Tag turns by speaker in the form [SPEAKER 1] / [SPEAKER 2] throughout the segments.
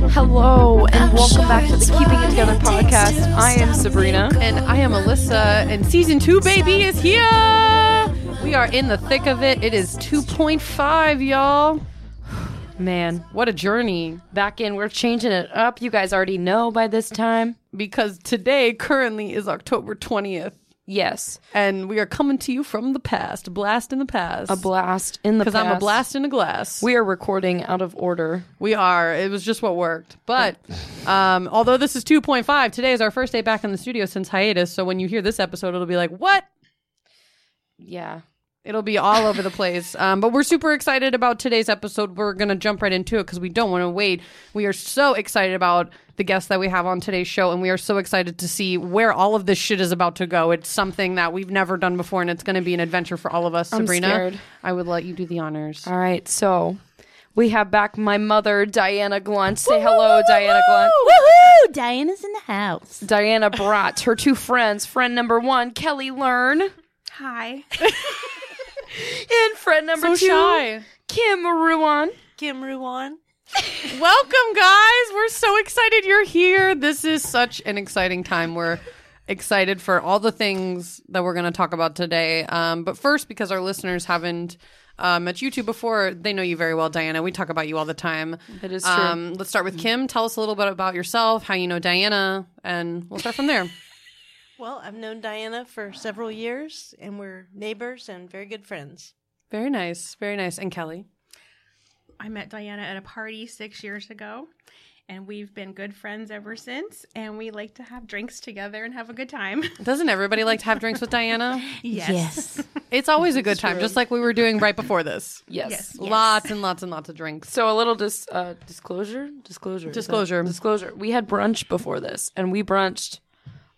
[SPEAKER 1] Hello, and welcome back to the Keeping It Together podcast. I am Sabrina.
[SPEAKER 2] And I am Alyssa, and season two, baby, is here. We are in the thick of it. It is 2.5, y'all. Man, what a journey.
[SPEAKER 1] Back in, we're changing it up. You guys already know by this time.
[SPEAKER 2] Because today, currently, is October 20th,
[SPEAKER 1] Yes,
[SPEAKER 2] and we are coming to you from the past, a blast in the past.
[SPEAKER 1] a blast in the
[SPEAKER 2] Because I'm a
[SPEAKER 1] past.
[SPEAKER 2] blast in a glass.
[SPEAKER 1] We are recording out of order.
[SPEAKER 2] We are. It was just what worked. But um, although this is 2.5, today is our first day back in the studio since hiatus. So when you hear this episode, it'll be like, what?
[SPEAKER 1] Yeah.
[SPEAKER 2] It'll be all over the place. Um, but we're super excited about today's episode. We're going to jump right into it because we don't want to wait. We are so excited about the guests that we have on today's show, and we are so excited to see where all of this shit is about to go. It's something that we've never done before, and it's going to be an adventure for all of us.
[SPEAKER 1] I'm
[SPEAKER 2] Sabrina,
[SPEAKER 1] scared.
[SPEAKER 2] I would let you do the honors.
[SPEAKER 1] All right, so we have back my mother, Diana Glunt. Say hello, Diana Glunt.
[SPEAKER 3] Woohoo! Diana's in the house.
[SPEAKER 1] Diana Brat, her two friends, friend number one, Kelly Learn,
[SPEAKER 4] Hi.
[SPEAKER 1] and friend number two, Kim Ruan.
[SPEAKER 4] Kim Ruan.
[SPEAKER 2] Welcome, guys. We're so excited you're here. This is such an exciting time. We're excited for all the things that we're going to talk about today. Um, but first, because our listeners haven't uh, met you two before, they know you very well, Diana. We talk about you all the time.
[SPEAKER 1] That is true.
[SPEAKER 2] Um, let's start with Kim. Tell us a little bit about yourself, how you know Diana, and we'll start from there.
[SPEAKER 4] Well, I've known Diana for several years, and we're neighbors and very good friends.
[SPEAKER 2] Very nice. Very nice. And Kelly.
[SPEAKER 5] I met Diana at a party six years ago, and we've been good friends ever since. And we like to have drinks together and have a good time.
[SPEAKER 2] Doesn't everybody like to have drinks with Diana?
[SPEAKER 5] Yes.
[SPEAKER 3] Yes.
[SPEAKER 2] It's always a good time, just like we were doing right before this.
[SPEAKER 1] Yes.
[SPEAKER 5] Yes.
[SPEAKER 2] Lots and lots and lots of drinks.
[SPEAKER 1] So a little dis- uh, disclosure, disclosure, is that-
[SPEAKER 2] Disclosure.
[SPEAKER 1] disclosure. We had brunch before this, and we brunched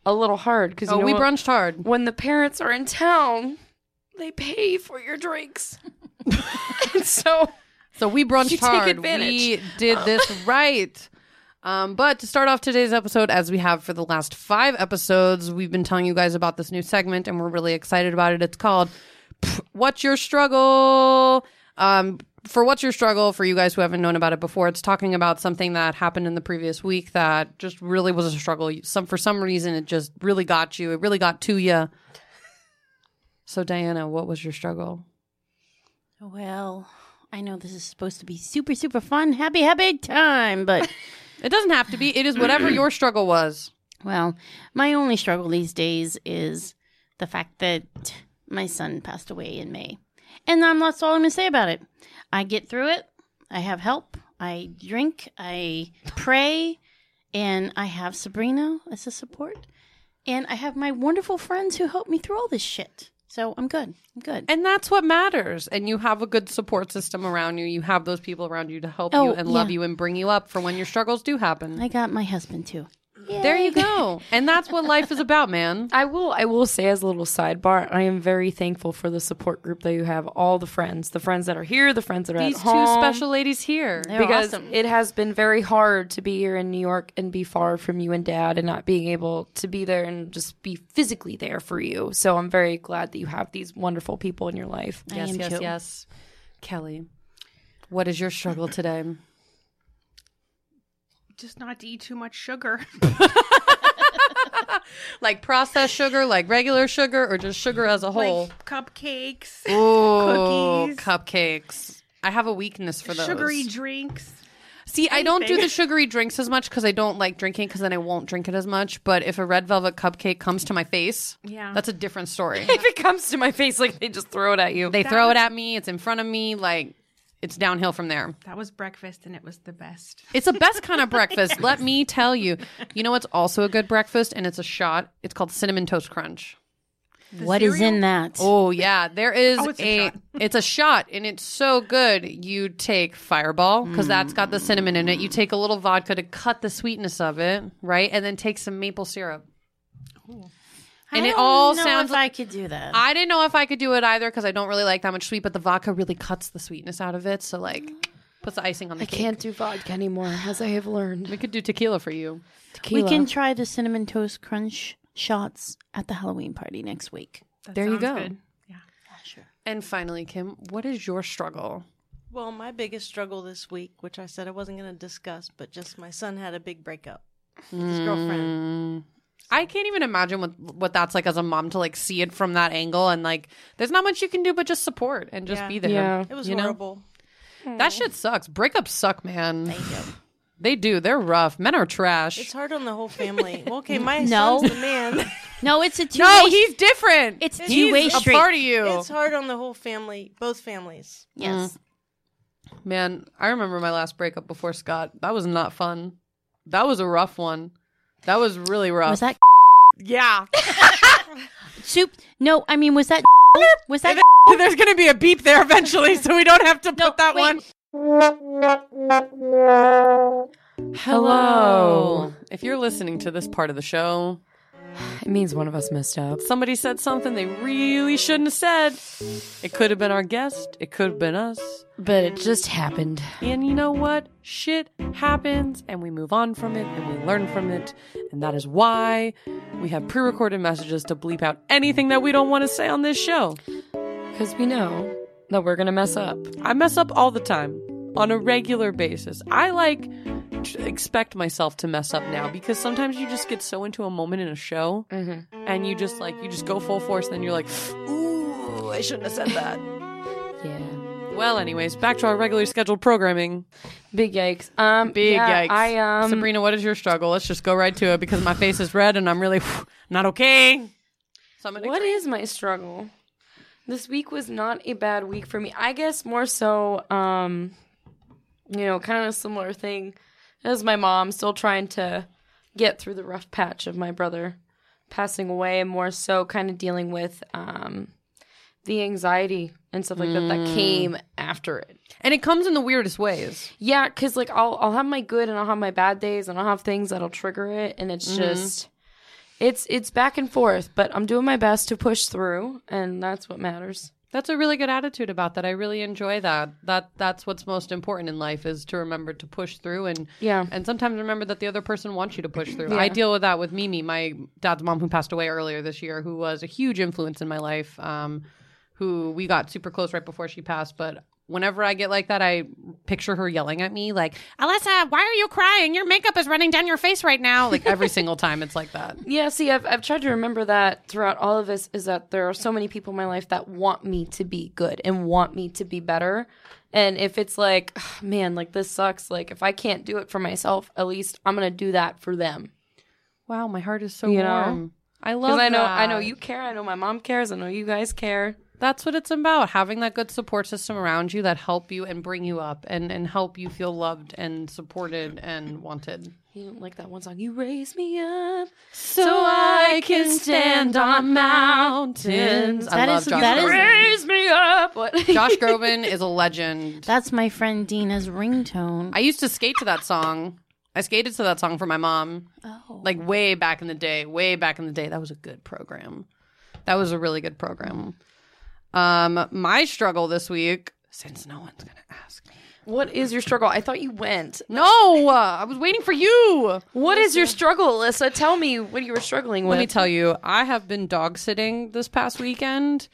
[SPEAKER 1] a little hard because
[SPEAKER 2] Oh, we brunched hard.
[SPEAKER 1] when the parents are in town. They pay for your drinks, and so
[SPEAKER 2] So we brunched
[SPEAKER 1] You take
[SPEAKER 2] hard.
[SPEAKER 1] advantage.
[SPEAKER 2] We did this right. Um, but to start off today's episode, as we have for the last five episodes, we've been telling you guys about this new segment, and we're really excited about it. It's called Pff, "What's Your Struggle." Um, for "What's Your Struggle," for you guys who haven't known about it before, it's talking about something that happened in the previous week that just really was a struggle. Some for some reason, it just really got you. It really got to you. So, Diana, what was your struggle?
[SPEAKER 3] Well, I know this is supposed to be super, super fun, happy, happy time, but
[SPEAKER 2] It doesn't have to be. It is whatever your struggle was.
[SPEAKER 3] well, my only struggle these days is the fact that my son passed away in May. And I'm that's all I'm gonna say about it. I get through it, I have help, I drink, I pray, and I have Sabrina as a support. And I have my wonderful friends who help me through all this shit. So I'm good. I'm good.
[SPEAKER 2] And that's what matters. And you have a good support system around you. You have those people around you to help you
[SPEAKER 3] Oh,
[SPEAKER 2] and love
[SPEAKER 3] yeah.
[SPEAKER 2] you and bring you up for when your struggles do happen.
[SPEAKER 3] I got my husband too.
[SPEAKER 2] there you go. And that's what life is about, man.
[SPEAKER 1] I will. I will say as a little sidebar, I am very thankful for the support group that you have. All the friends, the friends that are here, the friends that are
[SPEAKER 2] These
[SPEAKER 1] at
[SPEAKER 2] two
[SPEAKER 1] home.
[SPEAKER 2] special ladies here.
[SPEAKER 3] They're
[SPEAKER 1] because
[SPEAKER 3] awesome.
[SPEAKER 1] it has been very hard to be here in New York and be far from you and dad and not being able to be there and just be physically there for you. So I'm very glad that you have these wonderful people in your life.
[SPEAKER 3] I am too.
[SPEAKER 2] yes. Kelly, what is your struggle today?
[SPEAKER 5] Just not to eat too much sugar.
[SPEAKER 2] Like processed sugar, like regular sugar, or just sugar as a whole?
[SPEAKER 5] Like cupcakes,
[SPEAKER 2] Oh. Ooh,
[SPEAKER 5] cookies.
[SPEAKER 2] Oh, cupcakes. I have a weakness for those.
[SPEAKER 5] sugary drinks.
[SPEAKER 2] See, I don't do
[SPEAKER 5] Anything.
[SPEAKER 2] the sugary drinks as much because I don't like drinking because then I won't drink it as much. But if a red velvet cupcake comes to my face,
[SPEAKER 5] Yeah.
[SPEAKER 2] that's a different story.
[SPEAKER 1] If it comes to my face, like they just throw it at you.
[SPEAKER 2] they throw it at me, it's in front of me, like it's downhill from there.
[SPEAKER 5] That was breakfast, and it was the best.
[SPEAKER 2] It's the best kind of breakfast, let me tell you. You know what's also a good breakfast and it's a shot? It's called cinnamon toast crunch.
[SPEAKER 3] What is in that?
[SPEAKER 2] Oh yeah, there is
[SPEAKER 5] Oh, it's
[SPEAKER 2] a,
[SPEAKER 5] a shot.
[SPEAKER 2] it's a shot and it's so good. You take Fireball because that's got the cinnamon in it. You take a little vodka to cut the sweetness of it, right? And then take some maple syrup. and
[SPEAKER 3] I
[SPEAKER 2] it
[SPEAKER 3] don't
[SPEAKER 2] all
[SPEAKER 3] know
[SPEAKER 2] sounds
[SPEAKER 3] if I could do that.
[SPEAKER 2] I didn't know if I could do it either because I don't really like that much sweet, but the vodka really cuts the sweetness out of it. So like, puts the icing on the
[SPEAKER 1] I
[SPEAKER 2] cake.
[SPEAKER 1] can't do vodka anymore, as I have learned.
[SPEAKER 2] We could do tequila for you.
[SPEAKER 3] we
[SPEAKER 1] Tequila.
[SPEAKER 3] can try the cinnamon toast crunch shots at the Halloween party next week.
[SPEAKER 5] That
[SPEAKER 2] There you
[SPEAKER 5] sounds
[SPEAKER 2] go.
[SPEAKER 5] good.
[SPEAKER 2] And finally, Kim, what is your struggle?
[SPEAKER 4] Well, my biggest struggle this week, which I said I wasn't going to discuss, but just my son had a big breakup with his girlfriend.
[SPEAKER 2] Mm. I can't even imagine what what that's like as a mom to like see it from that angle and like there's not much you can do but just support and just
[SPEAKER 4] Yeah.
[SPEAKER 2] be there.
[SPEAKER 4] It was
[SPEAKER 2] You know?
[SPEAKER 4] horrible.
[SPEAKER 2] That shit sucks. Breakups suck, man. They do. They do. They're rough. Men are trash.
[SPEAKER 4] It's hard on the whole family. Well, okay, my
[SPEAKER 3] No.
[SPEAKER 4] son's the man.
[SPEAKER 3] No, it's a two.
[SPEAKER 2] no, he's different.
[SPEAKER 3] It's
[SPEAKER 2] He's
[SPEAKER 3] two-way
[SPEAKER 2] a
[SPEAKER 3] street.
[SPEAKER 2] part of you.
[SPEAKER 4] It's hard on the whole family, both families.
[SPEAKER 3] yes.
[SPEAKER 2] Man, I remember my last breakup before Scott. That was not fun. That was a rough one. That was really rough.
[SPEAKER 3] Was that
[SPEAKER 2] Yeah.
[SPEAKER 3] soup? No, I mean, was that was that
[SPEAKER 2] There's going to be a beep there eventually, so we don't have to put that
[SPEAKER 3] wait.
[SPEAKER 2] one.
[SPEAKER 1] Hello.
[SPEAKER 2] If you're listening to this part of the show,
[SPEAKER 1] It means one of us messed up.
[SPEAKER 2] somebody said something they really shouldn't have said. It could have been our guest, it could have been us.
[SPEAKER 1] But it just happened.
[SPEAKER 2] And you know what? Shit happens and we move on from it and we learn from it. And that is why we have pre recorded messages to bleep out anything that we don't want to say on this show.
[SPEAKER 1] Because we know that we're going to mess up.
[SPEAKER 2] I mess up all the time on a regular basis. I like tr- expect myself to mess up now because sometimes you just get so into a moment in a show
[SPEAKER 1] Mm-hmm.
[SPEAKER 2] and you just like you just go full force and then you're like ooh I shouldn't have said that.
[SPEAKER 1] Yeah.
[SPEAKER 2] well, anyways, back to our regularly scheduled programming.
[SPEAKER 1] Big yikes. Um,
[SPEAKER 2] Big
[SPEAKER 1] yeah,
[SPEAKER 2] yikes.
[SPEAKER 1] I, um,
[SPEAKER 2] Sabrina, what is your struggle? Let's just go right to it because my face is red and I'm really not okay. So I'm gonna
[SPEAKER 1] What is my struggle? This week was not a bad week for me. I guess more so, um, you know, kind of a similar thing as my mom, still trying to get through the rough patch of my brother passing away, and more so kind of dealing with um, the anxiety and stuff like that that came after it.
[SPEAKER 2] and it comes in the weirdest ways.
[SPEAKER 1] Yeah, because like I'll I'll have my good and I'll have my bad days and I'll have things that'll trigger it, and it's just it's it's back and forth. But I'm doing my best to push through, and that's what matters.
[SPEAKER 2] That's a really good attitude about that. I really enjoy that. That that's what's most important in life is to remember to push through and
[SPEAKER 1] Yeah.
[SPEAKER 2] and sometimes remember that the other person wants you to push through. I deal with that with Mimi, my dad's mom who passed away earlier this year, who was a huge influence in my life. Um, who we got super close right before she passed, but whenever I get like that, I picture her yelling at me like, "Alyssa, why are you crying? Your makeup is running down your face right now." Like every single time, it's like that.
[SPEAKER 1] Yeah, see, I've I've tried to remember that throughout all of this is that there are so many people in my life that want me to be good and want me to be better. And if it's like, "Ugh, man, like this sucks, like if I can't do it for myself, at least I'm gonna do that for them.
[SPEAKER 2] Wow, my heart is so
[SPEAKER 1] You know?
[SPEAKER 2] warm. I love.
[SPEAKER 1] Because I know I
[SPEAKER 2] that.
[SPEAKER 1] know you care, I know my mom cares, I know you guys care.
[SPEAKER 2] that's what it's about having that good support system around you that help you and bring you up and and help you feel loved and supported and wanted
[SPEAKER 1] You don't like that one song. You raise me up.
[SPEAKER 2] so
[SPEAKER 1] I can stand on
[SPEAKER 2] mountains i
[SPEAKER 3] That
[SPEAKER 2] love
[SPEAKER 3] is-
[SPEAKER 2] josh
[SPEAKER 3] that is-
[SPEAKER 2] groban
[SPEAKER 1] Raise me up. What?
[SPEAKER 2] josh groban is a legend
[SPEAKER 3] That's my friend Dina's ringtone.
[SPEAKER 2] i used to skate to that song i skated to that song for my mom
[SPEAKER 3] oh,
[SPEAKER 2] like way back in the day way back in the day that was a good program that was a really good program um my struggle this week since no one's gonna ask me
[SPEAKER 1] what is your struggle? I thought you went.
[SPEAKER 2] no uh, i was waiting for you
[SPEAKER 1] What is your struggle, Alyssa? Tell me what you were struggling with.
[SPEAKER 2] Let me tell you, I have been dog sitting this past weekend.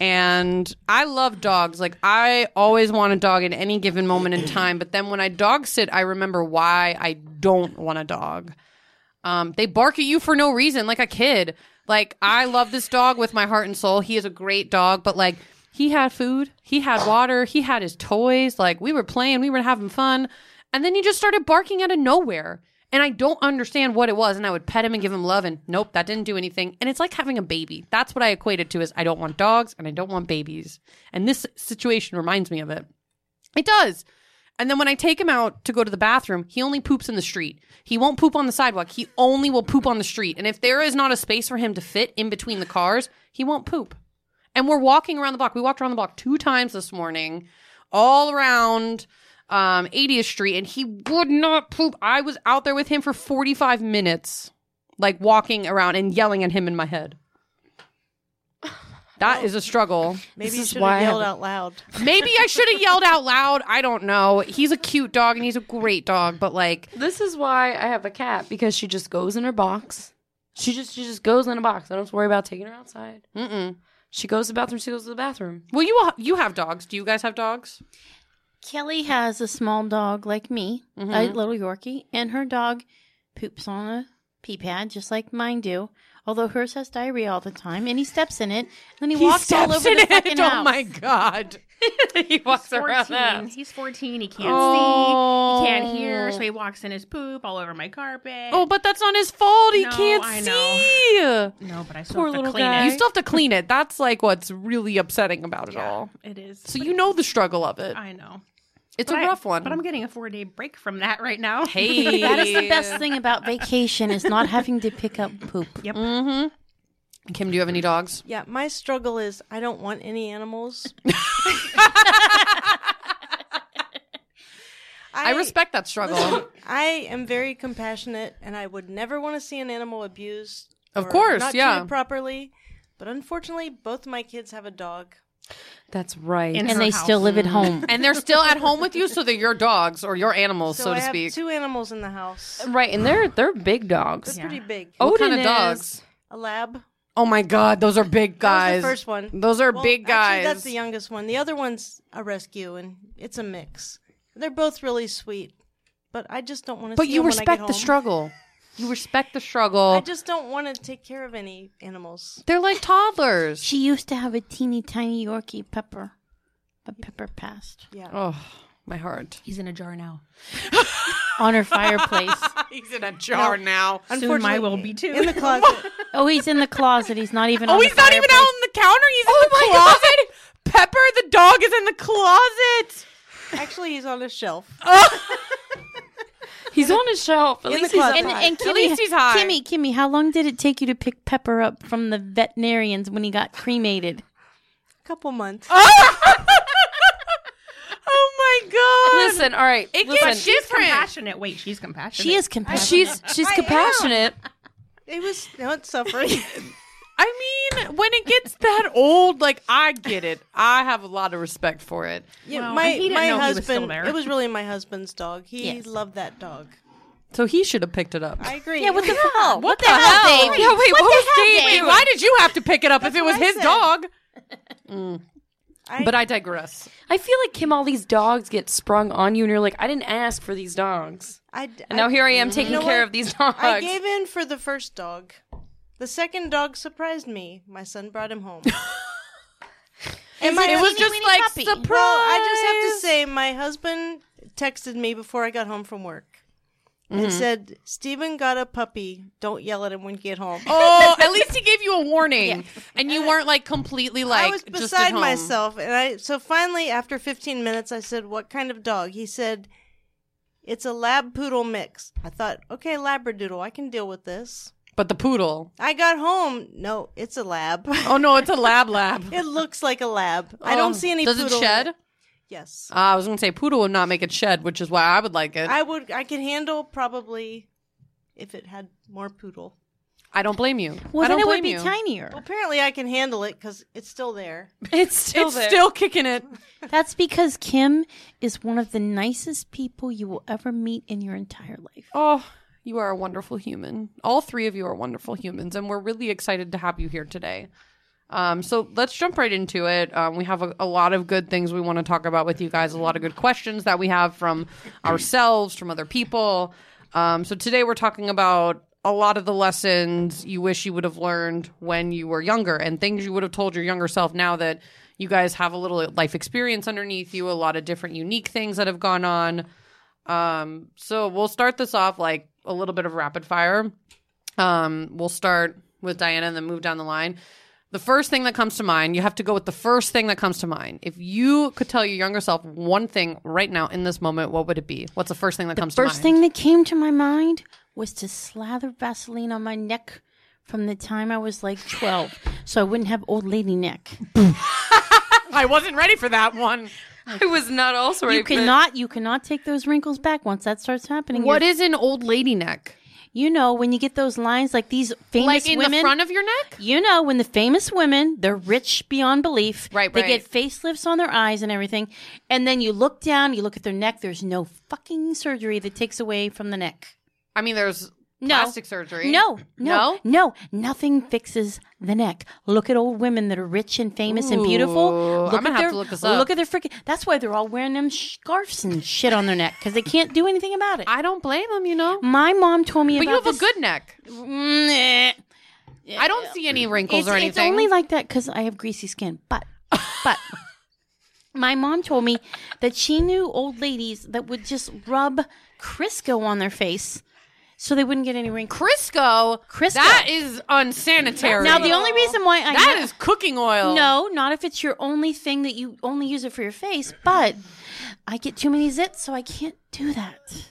[SPEAKER 2] And I love dogs. Like I always want a dog at any given moment in time. But then when I dog sit, I remember why I don't want a dog. Um, they bark at you for no reason, like a kid. Like I love this dog with my heart and soul. He is a great dog, but like he had food, he had water, he had his toys. Like we were playing, we were having fun, and then he just started barking out of nowhere. And I don't understand what it was. And I would pet him and give him love, and nope, that didn't do anything. And it's like having a baby. That's what I equate it to. Is I don't want dogs and I don't want babies. And this situation reminds me of it. It does. And then when I take him out to go to the bathroom, he only poops in the street. He won't poop on the sidewalk. He only will poop on the street. And if there is not a space for him to fit in between the cars, he won't poop. And we're walking around the block. We walked around the block two times this morning, all around um, 80th Street, and he would not poop. I was out there with him for 45 minutes, like walking around and yelling at him in my head. That is a struggle.
[SPEAKER 4] Maybe
[SPEAKER 1] This
[SPEAKER 4] you
[SPEAKER 1] is
[SPEAKER 4] should
[SPEAKER 1] why I
[SPEAKER 4] have yelled
[SPEAKER 1] have-
[SPEAKER 4] out loud.
[SPEAKER 2] Maybe I should have yelled out loud. I don't know. He's a cute dog and he's a great dog, but like,
[SPEAKER 1] This is why I have a cat because she just goes in her box. She just she just goes in a box. I don't have to worry about taking her outside.
[SPEAKER 2] mm-mm.
[SPEAKER 1] She goes to the bathroom. She goes to the bathroom.
[SPEAKER 2] Well, you all- you have dogs. Do you guys have dogs?
[SPEAKER 3] Kelly has a small dog like me, a
[SPEAKER 2] Mhm.
[SPEAKER 3] little Yorkie, and her dog poops on a pee pad just like mine do. Although hers has diarrhea all the time, and he steps in it, and then he, walks all over
[SPEAKER 2] steps in
[SPEAKER 3] the fucking
[SPEAKER 2] it.
[SPEAKER 3] house.
[SPEAKER 2] Oh my god.
[SPEAKER 1] he walks
[SPEAKER 5] He's
[SPEAKER 1] around
[SPEAKER 5] 14.
[SPEAKER 1] that.
[SPEAKER 5] He's 14. He can't
[SPEAKER 2] Oh.
[SPEAKER 5] see. He can't hear. So he walks in his poop all over my carpet.
[SPEAKER 2] Oh, but that's not his fault. He
[SPEAKER 5] No,
[SPEAKER 2] can't
[SPEAKER 5] I
[SPEAKER 2] see.
[SPEAKER 5] no, but I still
[SPEAKER 2] Poor
[SPEAKER 5] have to
[SPEAKER 2] little
[SPEAKER 5] clean
[SPEAKER 2] guy.
[SPEAKER 5] it.
[SPEAKER 2] You still have to clean it. That's like what's really upsetting about it all.
[SPEAKER 5] It is.
[SPEAKER 2] So you know the struggle of it.
[SPEAKER 5] I know.
[SPEAKER 2] It's
[SPEAKER 5] But
[SPEAKER 2] a
[SPEAKER 5] I-
[SPEAKER 2] rough one.
[SPEAKER 5] But I'm getting a four day break from that right now.
[SPEAKER 2] hey,
[SPEAKER 3] That is the best thing about vacation is not having to pick up poop.
[SPEAKER 5] Yep.
[SPEAKER 2] Mm-hmm. Kim, do you have any dogs?
[SPEAKER 4] Yeah, my struggle is I don't want any animals.
[SPEAKER 2] I, respect that struggle.
[SPEAKER 4] I am very compassionate, and I would never want to see an animal abused.
[SPEAKER 2] Of
[SPEAKER 4] or
[SPEAKER 2] course,
[SPEAKER 4] not
[SPEAKER 2] yeah.
[SPEAKER 4] treated properly. But unfortunately, both my kids have a dog.
[SPEAKER 1] That's right.
[SPEAKER 5] In
[SPEAKER 3] And
[SPEAKER 5] her
[SPEAKER 3] they
[SPEAKER 5] house.
[SPEAKER 3] still live at home.
[SPEAKER 2] and they're still at home with you, so they're your dogs or your animals, so,
[SPEAKER 4] I
[SPEAKER 2] to
[SPEAKER 4] have
[SPEAKER 2] speak. Uh,
[SPEAKER 4] two animals in the house.
[SPEAKER 1] right, and they're they're big
[SPEAKER 4] They're
[SPEAKER 1] dogs.
[SPEAKER 4] pretty big.
[SPEAKER 2] what kind
[SPEAKER 1] Odin
[SPEAKER 2] of
[SPEAKER 1] is-
[SPEAKER 2] dogs?
[SPEAKER 4] A lab.
[SPEAKER 2] Oh my god, those are big
[SPEAKER 4] That was
[SPEAKER 2] guys.
[SPEAKER 4] the first one.
[SPEAKER 2] Those are
[SPEAKER 4] Well,
[SPEAKER 2] big
[SPEAKER 4] actually,
[SPEAKER 2] guys.
[SPEAKER 4] that's the youngest one. The other one's a rescue, and it's a mix. They're both really sweet, but I just don't want to.
[SPEAKER 2] but
[SPEAKER 4] see
[SPEAKER 2] you
[SPEAKER 4] them when I get
[SPEAKER 2] respect the
[SPEAKER 4] home.
[SPEAKER 2] struggle. You respect the struggle.
[SPEAKER 4] I just don't want to take care of any animals.
[SPEAKER 2] they're like toddlers.
[SPEAKER 3] She used to have a teeny tiny Yorkie Pepper, but Pepper passed
[SPEAKER 4] Yeah.
[SPEAKER 2] Oh, my heart.
[SPEAKER 5] He's in a jar now.
[SPEAKER 3] on her fireplace.
[SPEAKER 2] He's in a jar now.
[SPEAKER 5] Soon my will be too.
[SPEAKER 4] In the closet.
[SPEAKER 3] Oh, he's in the closet. He's not even.
[SPEAKER 2] Oh,
[SPEAKER 3] on the
[SPEAKER 2] he's not even
[SPEAKER 3] fireplace.
[SPEAKER 2] out on the counter. He's
[SPEAKER 4] Oh
[SPEAKER 2] in the closet. Pepper, the dog, is in the closet.
[SPEAKER 4] Actually, he's on a shelf.
[SPEAKER 1] He's on a shelf. At
[SPEAKER 4] In the
[SPEAKER 1] least he's
[SPEAKER 4] closet.
[SPEAKER 3] And,
[SPEAKER 1] alive.
[SPEAKER 3] and Kimmy,
[SPEAKER 2] At least he's high.
[SPEAKER 3] Kimmy, Kimmy, how long did it take you to pick Pepper up from the veterinarians when he got cremated?
[SPEAKER 4] A couple months.
[SPEAKER 2] oh my god.
[SPEAKER 1] Listen, all right.
[SPEAKER 2] It
[SPEAKER 1] listen.
[SPEAKER 2] gets
[SPEAKER 5] She's
[SPEAKER 2] different.
[SPEAKER 5] compassionate. Wait, she's compassionate.
[SPEAKER 3] She is compassionate.
[SPEAKER 1] She's she's compassionate.
[SPEAKER 4] It was not suffering.
[SPEAKER 2] I mean, when it gets that old, like I get it. I have a lot of respect for it.
[SPEAKER 4] Yeah,
[SPEAKER 5] Well,
[SPEAKER 4] my
[SPEAKER 5] and he didn't
[SPEAKER 4] my
[SPEAKER 5] know he was
[SPEAKER 4] husband.
[SPEAKER 5] still there.
[SPEAKER 4] It was really my husband's dog. He
[SPEAKER 3] Yes.
[SPEAKER 4] loved that dog.
[SPEAKER 2] So he should have picked it up.
[SPEAKER 4] I agree.
[SPEAKER 3] Yeah, what the hell? What, the,
[SPEAKER 2] hell?
[SPEAKER 3] hell, Dave?
[SPEAKER 1] Yeah, wait, what, was
[SPEAKER 3] hell,
[SPEAKER 1] Dave?
[SPEAKER 3] Dave?
[SPEAKER 2] Wait, why did you have to pick it up if it was
[SPEAKER 4] what I
[SPEAKER 2] his
[SPEAKER 4] said.
[SPEAKER 2] dog?
[SPEAKER 4] I-
[SPEAKER 2] But I digress.
[SPEAKER 1] I feel like Kim, all these dogs get sprung on you, and you're like, I didn't ask for these dogs,
[SPEAKER 4] I,
[SPEAKER 1] and now here I am taking
[SPEAKER 4] know
[SPEAKER 1] care
[SPEAKER 4] what?
[SPEAKER 1] of these dogs.
[SPEAKER 4] I gave in for the first dog. The second dog surprised me. My son brought him home. and my
[SPEAKER 2] it was
[SPEAKER 4] husband-
[SPEAKER 2] just
[SPEAKER 3] weeny
[SPEAKER 2] like
[SPEAKER 3] puppy?
[SPEAKER 2] surprise.
[SPEAKER 4] Well, I just have to say, my husband texted me before I got home from work and said, "Stephen got a puppy. Don't yell at him when you get home."
[SPEAKER 2] Oh, at least he gave you a warning, and you weren't like completely like
[SPEAKER 4] I was
[SPEAKER 2] just at
[SPEAKER 4] beside
[SPEAKER 2] home.
[SPEAKER 4] myself, and I so finally after 15 minutes, I said, "What kind of dog?" He said, "It's a lab poodle mix." I thought, "Okay, labradoodle, I can deal with this."
[SPEAKER 2] But the poodle.
[SPEAKER 4] I got home. No, it's a lab.
[SPEAKER 2] Oh no, it's a lab lab.
[SPEAKER 4] it looks like a lab. I don't
[SPEAKER 2] Oh.
[SPEAKER 4] see any.
[SPEAKER 2] Does
[SPEAKER 4] poodle
[SPEAKER 2] it
[SPEAKER 4] in
[SPEAKER 2] shed?
[SPEAKER 4] Yes,
[SPEAKER 2] Uh, I was gonna say poodle would not make it shed, which is why I would like it. I,
[SPEAKER 4] I would. I could handle probably if it had more poodle.
[SPEAKER 2] don't blame you.
[SPEAKER 3] Well,
[SPEAKER 2] I don't
[SPEAKER 3] then it
[SPEAKER 2] blame
[SPEAKER 3] would be
[SPEAKER 2] you.
[SPEAKER 3] tinier.
[SPEAKER 4] Well, apparently I can handle it because it's still there.
[SPEAKER 1] it's still
[SPEAKER 2] It's
[SPEAKER 1] there.
[SPEAKER 2] still kicking it.
[SPEAKER 3] That's because Kim is one of the nicest people you will ever meet in your entire life.
[SPEAKER 2] Oh, you are a wonderful human. All three of you are wonderful humans, and we're really excited to have you here today. Um, so let's jump right into it. Um, we have a, a lot of good things we want to talk about with you guys, a lot of good questions that we have from ourselves, from other people. Um, so today we're talking about a lot of the lessons you wish you would have learned when you were younger and things you would have told your younger self now that you guys have a little life experience underneath you, a lot of different unique things that have gone on. Um, so we'll start this off like a little bit of rapid fire. Um, we'll start with Diana and then move down the line. The first thing that comes to mind, you have to go with the first thing that comes to mind. If you could tell your younger self one thing right now in this moment, what would it be? What's the first thing that comes
[SPEAKER 3] First
[SPEAKER 2] to mind?
[SPEAKER 3] thing that came to my mind was to slather Vaseline on my neck from the time I was like 12 so I wouldn't have old lady neck.
[SPEAKER 2] I wasn't ready for that one.
[SPEAKER 1] I was not also ready.
[SPEAKER 3] You cannot you cannot take those wrinkles back once that starts happening.
[SPEAKER 2] What
[SPEAKER 3] You're-
[SPEAKER 2] is an old lady neck?
[SPEAKER 3] you know when you get those lines like these famous
[SPEAKER 2] Like in
[SPEAKER 3] women
[SPEAKER 2] the front of your neck?
[SPEAKER 3] you know when the famous women they're rich beyond belief
[SPEAKER 2] Right,
[SPEAKER 3] they
[SPEAKER 2] right.
[SPEAKER 3] get facelifts on their eyes and everything and then you look down you look at their neck there's no fucking surgery that takes away from the neck
[SPEAKER 2] I mean, there's
[SPEAKER 3] No.
[SPEAKER 2] plastic surgery.
[SPEAKER 3] No, no,
[SPEAKER 2] No?
[SPEAKER 3] no, nothing fixes the neck. Look at old women that are rich and famous and
[SPEAKER 2] Ooh,
[SPEAKER 3] beautiful.
[SPEAKER 2] I'm
[SPEAKER 3] Look
[SPEAKER 2] gonna
[SPEAKER 3] at
[SPEAKER 2] have
[SPEAKER 3] their
[SPEAKER 2] to look this up.
[SPEAKER 3] look at their freaking. That's why they're all wearing them scarves and shit on their neck because they can't do anything about it.
[SPEAKER 2] I don't blame them, you know.
[SPEAKER 3] My mom told me
[SPEAKER 2] But you
[SPEAKER 3] about
[SPEAKER 2] have a
[SPEAKER 3] this-
[SPEAKER 2] good neck.
[SPEAKER 3] Mm, eh.
[SPEAKER 2] I don't see any wrinkles
[SPEAKER 3] It's,
[SPEAKER 2] or
[SPEAKER 3] it's
[SPEAKER 2] anything.
[SPEAKER 3] only like that because I have greasy skin. But, but my mom told me that she knew old ladies that would just rub Crisco on their face so they wouldn't get any wrinkles.
[SPEAKER 2] Crisco.
[SPEAKER 3] Crisco.
[SPEAKER 2] That is unsanitary.
[SPEAKER 3] Now, the only reason why I
[SPEAKER 2] that is cooking oil.
[SPEAKER 3] No, not if it's your only thing that you only use it for your face. But I get too many zits, so I can't do that.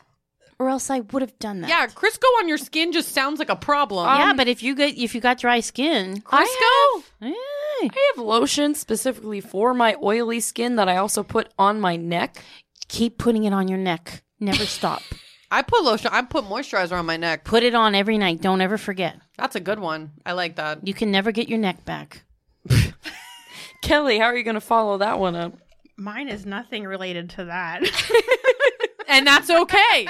[SPEAKER 3] Or else I would have done that.
[SPEAKER 2] Yeah, um, Crisco on your skin just sounds like a problem.
[SPEAKER 5] Um,
[SPEAKER 3] yeah. But if you get if you got dry skin,
[SPEAKER 2] Crisco.
[SPEAKER 3] eh,
[SPEAKER 1] I have lotion specifically for my oily skin that I also put on my neck.
[SPEAKER 3] keep putting it on your neck. Never stop.
[SPEAKER 2] I put lotion. I put moisturizer on my neck.
[SPEAKER 3] Put it on every night. Don't ever forget.
[SPEAKER 2] That's a good one. I like that.
[SPEAKER 3] You can never get your neck back.
[SPEAKER 1] Kelly, how are you going to follow that one up?
[SPEAKER 5] Mine is nothing related to that.
[SPEAKER 2] And that's okay.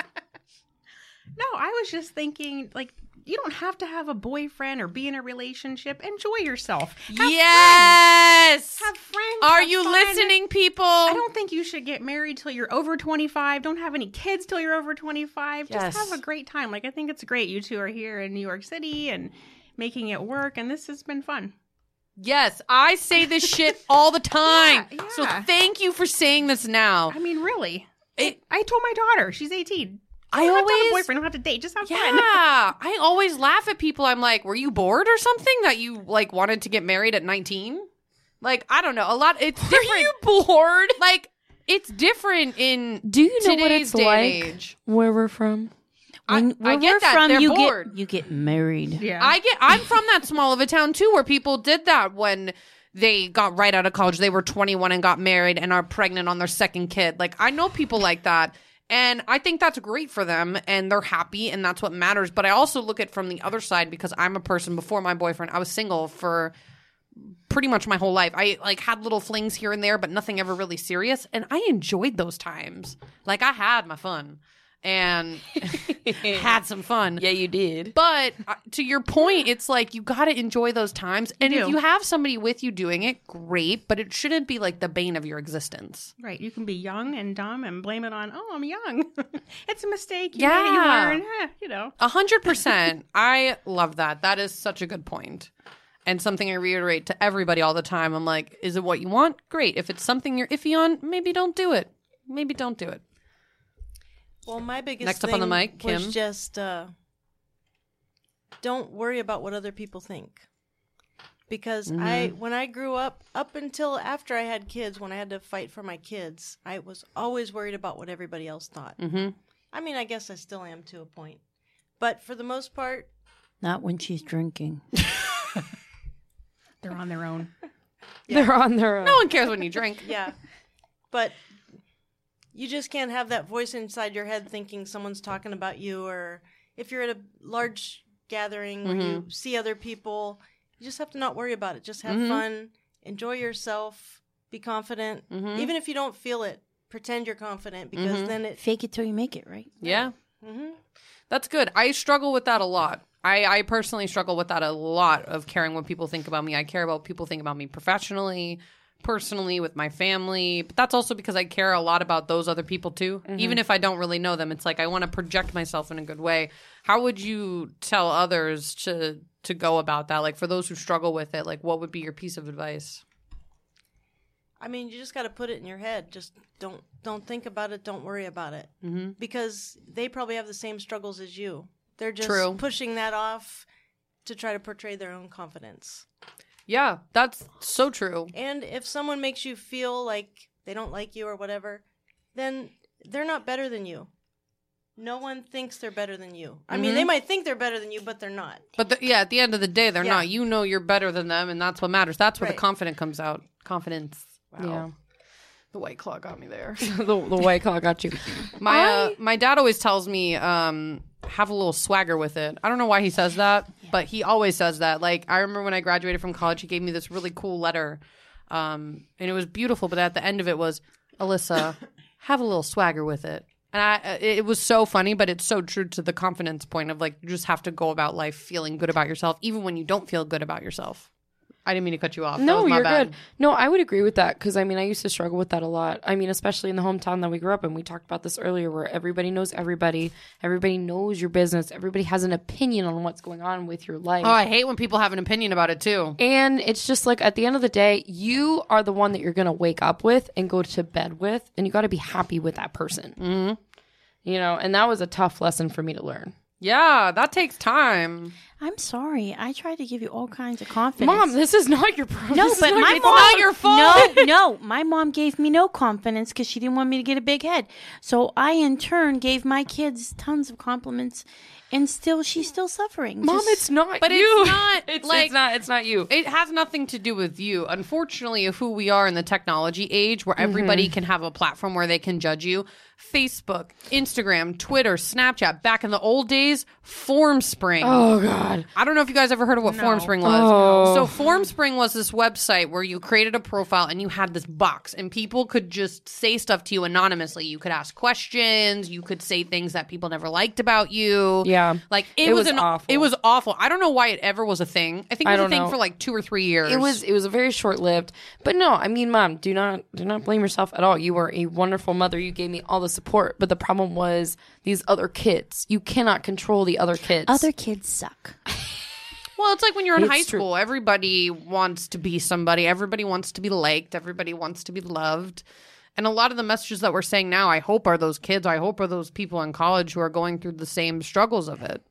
[SPEAKER 5] No, I was just thinking, like, you don't have to have a boyfriend or be in a relationship. Enjoy yourself. Have
[SPEAKER 2] yes.
[SPEAKER 5] Have friends.
[SPEAKER 2] Are
[SPEAKER 5] have
[SPEAKER 2] you
[SPEAKER 5] fun.
[SPEAKER 2] listening, people?
[SPEAKER 5] I don't think you should get married till you're over 25. Don't have any kids till you're over 25.
[SPEAKER 2] Yes.
[SPEAKER 5] Just have a great time. Like, I think it's great. You two are here in New York City and making it work, and this has been fun.
[SPEAKER 2] Yes, I say this shit all the time.
[SPEAKER 5] Yeah,
[SPEAKER 2] So
[SPEAKER 5] yeah.
[SPEAKER 2] thank you for saying this now.
[SPEAKER 5] I mean, really.
[SPEAKER 2] It-
[SPEAKER 5] I told my daughter, she's 18.
[SPEAKER 2] I
[SPEAKER 5] don't have to have a
[SPEAKER 2] always
[SPEAKER 5] boyfriend. Don't have to date. Just have
[SPEAKER 2] Yeah,
[SPEAKER 5] fun.
[SPEAKER 2] I always laugh at people. I'm like, were you bored or something that you like wanted to get married at 19? Like, I don't know. A lot. It's different. bored? Like, it's different in
[SPEAKER 1] Do you know
[SPEAKER 2] today's
[SPEAKER 1] what it's
[SPEAKER 2] day
[SPEAKER 1] like
[SPEAKER 2] and age.
[SPEAKER 1] where we're from?
[SPEAKER 2] I,
[SPEAKER 3] When-
[SPEAKER 2] I
[SPEAKER 3] where we're
[SPEAKER 2] get that.
[SPEAKER 3] from,
[SPEAKER 2] They're
[SPEAKER 3] you
[SPEAKER 2] bored.
[SPEAKER 3] get you get married.
[SPEAKER 5] Yeah.
[SPEAKER 2] I get. I'm from that small of a town too, where people did that when they got right out of college. They were 21 and got married and are pregnant on their second kid. Like I know people like that, and I think that's great for them, and they're happy, and that's what matters. But I also look at it from the other side because I'm a person. Before my boyfriend, I was single for pretty much my whole life. I like had little flings here and there, but nothing ever really serious, and I enjoyed those times. Like I had my fun. And had some fun.
[SPEAKER 1] Yeah, you did.
[SPEAKER 2] But uh, to your point, it's like you got to enjoy those times. And if
[SPEAKER 5] do.
[SPEAKER 2] you have somebody with you doing it, great, but it shouldn't be like the bane of your existence.
[SPEAKER 5] Right. You can be young and dumb and blame it on, oh, I'm young. it's a mistake. You
[SPEAKER 2] Yeah.
[SPEAKER 5] made it, you learn. Eh, you know.
[SPEAKER 2] A hundred percent. I love that. That is such a good point. And something I reiterate to everybody all the time. I'm like, is it what you want? Great. If it's something you're iffy on, maybe don't do it. Maybe don't do it.
[SPEAKER 4] Well, my biggest
[SPEAKER 2] Next up on the
[SPEAKER 4] thing
[SPEAKER 2] mic, Kim.
[SPEAKER 4] was just uh, don't worry about what other people think. Because I,
[SPEAKER 2] Mm-hmm.
[SPEAKER 4] when I grew up, up until after I had kids, when I had to fight for my kids, I was always worried about what everybody else thought.
[SPEAKER 2] hmm
[SPEAKER 4] I mean, I guess I still am to a point, but for the most part,
[SPEAKER 3] Not when she's drinking.
[SPEAKER 5] They're on their own.
[SPEAKER 1] They're on their own.
[SPEAKER 2] No one cares when you drink.
[SPEAKER 4] yeah. but you just can't have that voice inside your head thinking someone's talking about you, or if you're at a large gathering where you see other people, you just have to not worry about it. Just have fun, enjoy yourself, be confident, even if you don't feel it. Pretend you're confident because then it.
[SPEAKER 3] Fake it till you make it, right?
[SPEAKER 2] Yeah.
[SPEAKER 4] Mhm.
[SPEAKER 2] That's good. I struggle with that a lot. I, I personally struggle with that a lot of caring what people think about me. I care about what people think about me professionally, personally, with my family. But that's also because I care a lot about those other people too. Even if I don't really know them, it's like I want to project myself in a good way. How would you tell others to to go about that? Like for those who struggle with it, like what would be your piece of advice?
[SPEAKER 4] I mean, you just got to put it in your head. Just don't don't think about it. Don't worry about it mm-hmm. because they probably have the same struggles as you. They're just
[SPEAKER 2] True.
[SPEAKER 4] pushing that off to try to portray their own confidence.
[SPEAKER 2] Yeah, that's so true.
[SPEAKER 4] And if someone makes you feel like they don't like you or whatever, then they're not better than you. No one thinks they're better than you. I mean,
[SPEAKER 2] Mm-hmm.
[SPEAKER 4] they might think they're better than you, but they're not.
[SPEAKER 2] But the, yeah, at the end of the day, they're
[SPEAKER 4] Yeah.
[SPEAKER 2] not. You know, you're better than them, and that's what matters. That's where the
[SPEAKER 4] Right.
[SPEAKER 2] confidence comes out. Confidence. Wow.
[SPEAKER 1] Yeah.
[SPEAKER 2] The white claw got me there.
[SPEAKER 1] the, the white claw got you.
[SPEAKER 2] My uh, my dad always tells me um, have a little swagger with it. I don't know why he says that, but he always says that. Like I remember when I graduated from college, he gave me this really cool letter, um, and it was beautiful. But at the end of it was, Alyssa, have a little swagger with it. And I, it it was so funny, but it's so true to the confidence point of like, you just have to go about life feeling good about yourself, even when you don't feel good about yourself. I didn't mean to cut you off. That
[SPEAKER 1] No,
[SPEAKER 2] was my
[SPEAKER 1] you're
[SPEAKER 2] bad.
[SPEAKER 1] good. No, I would agree with that because I mean, I used to struggle with that a lot. I mean, especially in the hometown that we grew up in. We talked about this earlier where everybody knows everybody, everybody knows your business, everybody has an opinion on what's going on with your life.
[SPEAKER 2] Oh, I hate when people have an opinion about it too.
[SPEAKER 1] And it's just like at the end of the day, you are the one that you're going to wake up with and go to bed with, and you got to be happy with that person. Mm-hmm. You know, and that was a tough lesson for me to learn.
[SPEAKER 2] Yeah, that takes time.
[SPEAKER 3] I'm sorry. I tried to give you all kinds of confidence.
[SPEAKER 1] Mom, this is not your problem.
[SPEAKER 3] no,
[SPEAKER 1] This is
[SPEAKER 3] but
[SPEAKER 1] not
[SPEAKER 3] my
[SPEAKER 1] your-
[SPEAKER 3] mom.
[SPEAKER 2] not your fault.
[SPEAKER 3] No, no, my mom gave me no confidence because she didn't want me to get a big head. So I, in turn, gave my kids tons of compliments, and still, she's still suffering.
[SPEAKER 1] mom,
[SPEAKER 3] Just-
[SPEAKER 1] it's not.
[SPEAKER 2] But
[SPEAKER 1] you.
[SPEAKER 2] it's not
[SPEAKER 1] It's,
[SPEAKER 2] like
[SPEAKER 1] it's not. It's not you.
[SPEAKER 2] it has nothing to do with you. Unfortunately, of who we are in the technology age
[SPEAKER 1] Mm-hmm.
[SPEAKER 2] where everybody can have a platform where they can judge you. Facebook, Instagram, Twitter, Snapchat. Back in the old days, Form Spring.
[SPEAKER 1] oh God.
[SPEAKER 2] I don't know if you guys ever heard of what FormSpring was.
[SPEAKER 1] Oh.
[SPEAKER 2] So FormSpring was this website where you created a profile and you had this box and people could just say stuff to you anonymously. You could ask questions, you could say things that people never liked about you.
[SPEAKER 1] Yeah.
[SPEAKER 2] Like it,
[SPEAKER 1] It
[SPEAKER 2] was,
[SPEAKER 1] was
[SPEAKER 2] an
[SPEAKER 1] awful.
[SPEAKER 2] it was awful. I don't know why it ever was a thing. I think it
[SPEAKER 1] I
[SPEAKER 2] was a
[SPEAKER 1] don't
[SPEAKER 2] thing
[SPEAKER 1] know.
[SPEAKER 2] for like 2 or 3 years.
[SPEAKER 1] It was it was a very short lived. But no, I mean, mom, do not do not blame yourself at all. You were a wonderful mother. You gave me all the support. But the problem was these other kids. You cannot control the other kids.
[SPEAKER 3] other kids suck.
[SPEAKER 2] Well, it's like when you're in
[SPEAKER 1] It's
[SPEAKER 2] high
[SPEAKER 1] true.
[SPEAKER 2] school, everybody wants to be somebody, everybody wants to be liked, everybody wants to be loved. And a lot of the messages that we're saying now, I hope are those kids, I hope are those people in college who are going through the same struggles of it.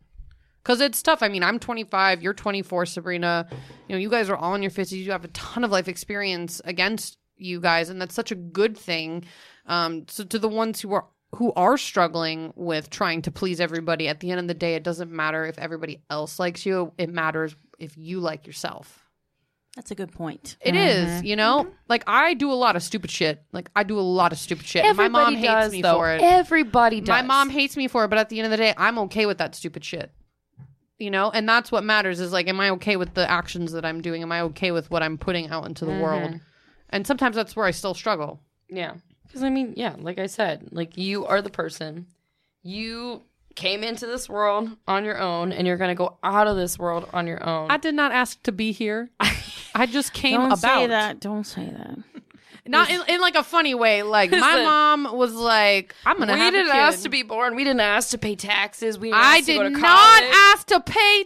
[SPEAKER 2] Cuz it's tough. I mean, I'm 25, you're 24, Sabrina. You know, you guys are all in your 50s. You have a ton of life experience against you guys, and that's such a good thing. Um so to the ones who are who are struggling with trying to please everybody at the end of the day it doesn't matter if everybody else likes you it matters if you like yourself
[SPEAKER 3] That's a good point.
[SPEAKER 2] It is,
[SPEAKER 1] Mm-hmm.
[SPEAKER 2] you know like i do a lot of stupid shit like i do a lot of stupid shit and my mom hates
[SPEAKER 1] does,
[SPEAKER 2] me
[SPEAKER 1] though.
[SPEAKER 2] for it
[SPEAKER 1] Everybody does.
[SPEAKER 2] my mom hates me for it but at the end of the day i'm okay with that stupid shit you know and that's what matters is like am i okay with the actions that i'm doing am i okay with what i'm putting out into the
[SPEAKER 1] Mm-hmm.
[SPEAKER 2] world and sometimes that's where i still struggle
[SPEAKER 1] Yeah. Because, I mean, yeah, like I said, like you are the person. You came into this world on your own and you're going to go out of this world on your own.
[SPEAKER 2] i did not ask to be here i just came
[SPEAKER 3] Don't
[SPEAKER 2] about
[SPEAKER 3] say that. Don't say that.
[SPEAKER 2] not in, in like a funny way. Like my
[SPEAKER 1] Listen.
[SPEAKER 2] mom was like, "I'm gonna
[SPEAKER 1] we
[SPEAKER 2] have
[SPEAKER 1] didn't
[SPEAKER 2] a kid.
[SPEAKER 1] ask to be born. We didn't ask to pay taxes. We didn't
[SPEAKER 2] I
[SPEAKER 1] ask to go
[SPEAKER 2] did
[SPEAKER 1] to
[SPEAKER 2] not
[SPEAKER 1] college.
[SPEAKER 2] ask to pay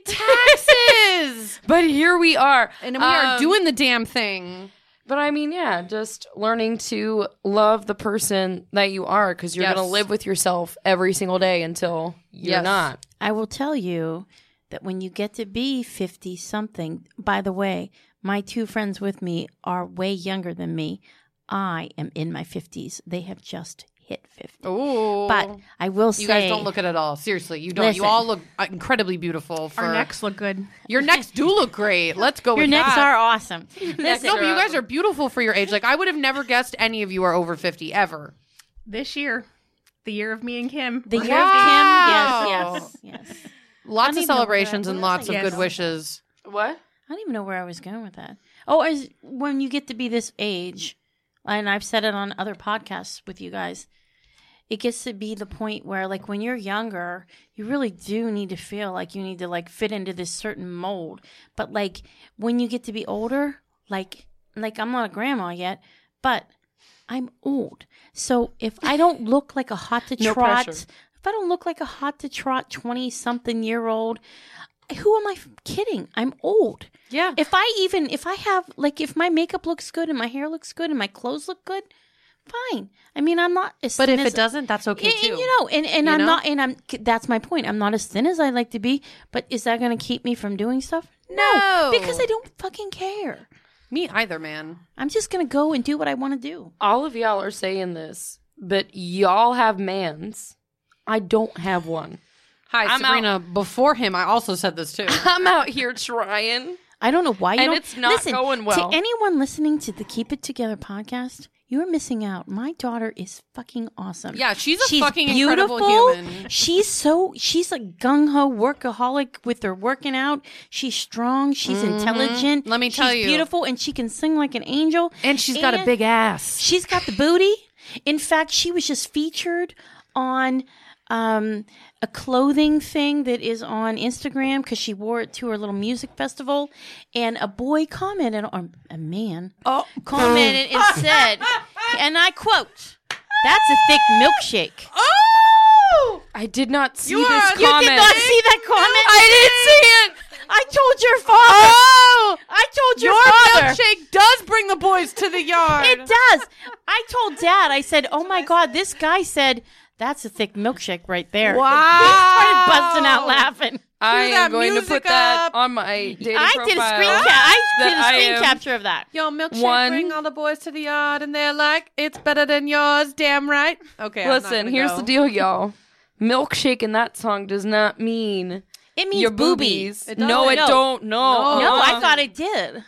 [SPEAKER 2] taxes,
[SPEAKER 1] But here we are.
[SPEAKER 2] and we are
[SPEAKER 1] Um,
[SPEAKER 2] doing the damn thing.
[SPEAKER 1] But I mean, yeah, just learning to love the person that you are because you're
[SPEAKER 2] Yes.
[SPEAKER 1] going to live with yourself every single day until you're
[SPEAKER 2] Yes.
[SPEAKER 1] not.
[SPEAKER 3] I will tell you that when you get to be 50 something, by the way, my two friends with me are way younger than me. I am in my 50s. They have just hit 50.
[SPEAKER 2] Ooh,
[SPEAKER 3] But I will say
[SPEAKER 2] Oh. you guys don't look it at all. Seriously, you don't.
[SPEAKER 3] Listen.
[SPEAKER 2] You all look uh, incredibly beautiful. For
[SPEAKER 5] Our necks look good.
[SPEAKER 2] your necks do look great. Let's go.
[SPEAKER 3] your
[SPEAKER 2] with
[SPEAKER 3] necks
[SPEAKER 2] that.
[SPEAKER 3] are awesome. Listen,
[SPEAKER 2] No, but you guys are beautiful for your age. Like I would have never guessed any of you are over fifty ever.
[SPEAKER 5] This year, the year of me and Kim.
[SPEAKER 3] the
[SPEAKER 5] We're
[SPEAKER 3] year
[SPEAKER 2] Wow.
[SPEAKER 3] of Kim, yes, yes, yes.
[SPEAKER 2] Lots
[SPEAKER 3] don't
[SPEAKER 2] of
[SPEAKER 3] even know where
[SPEAKER 2] celebrations
[SPEAKER 3] I-
[SPEAKER 2] and
[SPEAKER 3] what else
[SPEAKER 2] lots of
[SPEAKER 3] I
[SPEAKER 5] guess?
[SPEAKER 2] good wishes.
[SPEAKER 1] What?
[SPEAKER 3] I don't even know where I was going with that. Oh, is when you get to be this age, and I've said it on other podcasts with you guys, it gets to be the point where, like, when you're younger, you really do need to feel like you need to like fit into this certain mold. But like when you get to be older, like, like I'm not a grandma yet, but I'm old. So if I don't look like a hot to
[SPEAKER 1] No
[SPEAKER 3] trot,
[SPEAKER 1] pressure.
[SPEAKER 3] if I don't look like a hot to trot twenty something year old, who am I f- kidding? I'm old.
[SPEAKER 2] Yeah.
[SPEAKER 3] If I even if I have like if my makeup looks good and my hair looks good and my clothes look good, fine. I mean, I'm not as
[SPEAKER 2] But
[SPEAKER 3] thin
[SPEAKER 2] if
[SPEAKER 3] as-
[SPEAKER 2] it doesn't, that's okay
[SPEAKER 3] and,
[SPEAKER 2] too.
[SPEAKER 3] and, you know, and, and
[SPEAKER 2] You
[SPEAKER 3] I'm
[SPEAKER 2] know?
[SPEAKER 3] not, and I'm that's my point. I'm not as thin as I like to be, but is that going to keep me from doing stuff?
[SPEAKER 2] No.
[SPEAKER 3] because I don't fucking care.
[SPEAKER 2] Me either, man.
[SPEAKER 3] I'm just going to go and do what I want to do.
[SPEAKER 1] all of y'all are saying this, but y'all have mans. I don't have one.
[SPEAKER 2] Hi,
[SPEAKER 1] I'm
[SPEAKER 2] Sabrina. Before him, I also said this too.
[SPEAKER 1] I'm out here trying.
[SPEAKER 3] I don't know why you
[SPEAKER 1] And
[SPEAKER 3] don't.
[SPEAKER 1] it's not
[SPEAKER 3] listen,
[SPEAKER 1] going well.
[SPEAKER 3] To anyone listening to the Keep It Together podcast, you're missing out. My daughter is fucking awesome.
[SPEAKER 2] Yeah, she's a fucking incredible human.
[SPEAKER 3] She's so she's a gung ho workaholic with her working out. She's strong. She's intelligent.
[SPEAKER 2] Mm-hmm. Let me
[SPEAKER 3] she's
[SPEAKER 2] tell you.
[SPEAKER 3] beautiful, and she can sing like an angel.
[SPEAKER 2] And she's got a
[SPEAKER 3] And
[SPEAKER 2] big ass.
[SPEAKER 3] She's got the booty. In fact, she was just featured on um, a clothing thing that is on Instagram because she wore it to her little music festival, and a boy commented, or a man
[SPEAKER 2] Oh,
[SPEAKER 3] commented and said, and I quote, "That's a thick milkshake."
[SPEAKER 1] I did not see
[SPEAKER 3] you
[SPEAKER 1] this comment.
[SPEAKER 3] did not see that comment.
[SPEAKER 1] I didn't see it.
[SPEAKER 3] I told your father.
[SPEAKER 2] Oh,
[SPEAKER 3] I told your,
[SPEAKER 2] your
[SPEAKER 3] father.
[SPEAKER 2] milkshake does bring the boys to the yard.
[SPEAKER 3] It does. I told dad, I said, Oh my God, this guy said, That's a thick milkshake right there.
[SPEAKER 2] Wow.
[SPEAKER 3] Started busting out laughing.
[SPEAKER 1] I
[SPEAKER 2] Cue that
[SPEAKER 1] am going to
[SPEAKER 2] music
[SPEAKER 1] put that
[SPEAKER 2] up.
[SPEAKER 1] on my dating
[SPEAKER 3] I
[SPEAKER 1] profile.
[SPEAKER 3] did a screen cap. I did
[SPEAKER 1] that
[SPEAKER 3] a
[SPEAKER 1] I
[SPEAKER 3] screen
[SPEAKER 1] am-
[SPEAKER 3] capture of that.
[SPEAKER 2] Your milkshake
[SPEAKER 1] One.
[SPEAKER 2] bring all the boys to the yard, and they're like, "It's better than yours." Damn right. Okay. I'm not
[SPEAKER 1] Listen,
[SPEAKER 2] gonna
[SPEAKER 1] here's
[SPEAKER 2] go.
[SPEAKER 1] the deal, y'all. Milkshake in that song does not mean
[SPEAKER 3] It means
[SPEAKER 1] your
[SPEAKER 3] booby.
[SPEAKER 1] boobies.
[SPEAKER 2] It
[SPEAKER 1] no,
[SPEAKER 2] doesn't.
[SPEAKER 1] it
[SPEAKER 2] No.
[SPEAKER 1] don't. No.
[SPEAKER 3] No,
[SPEAKER 1] Uh-uh.
[SPEAKER 3] I thought it did.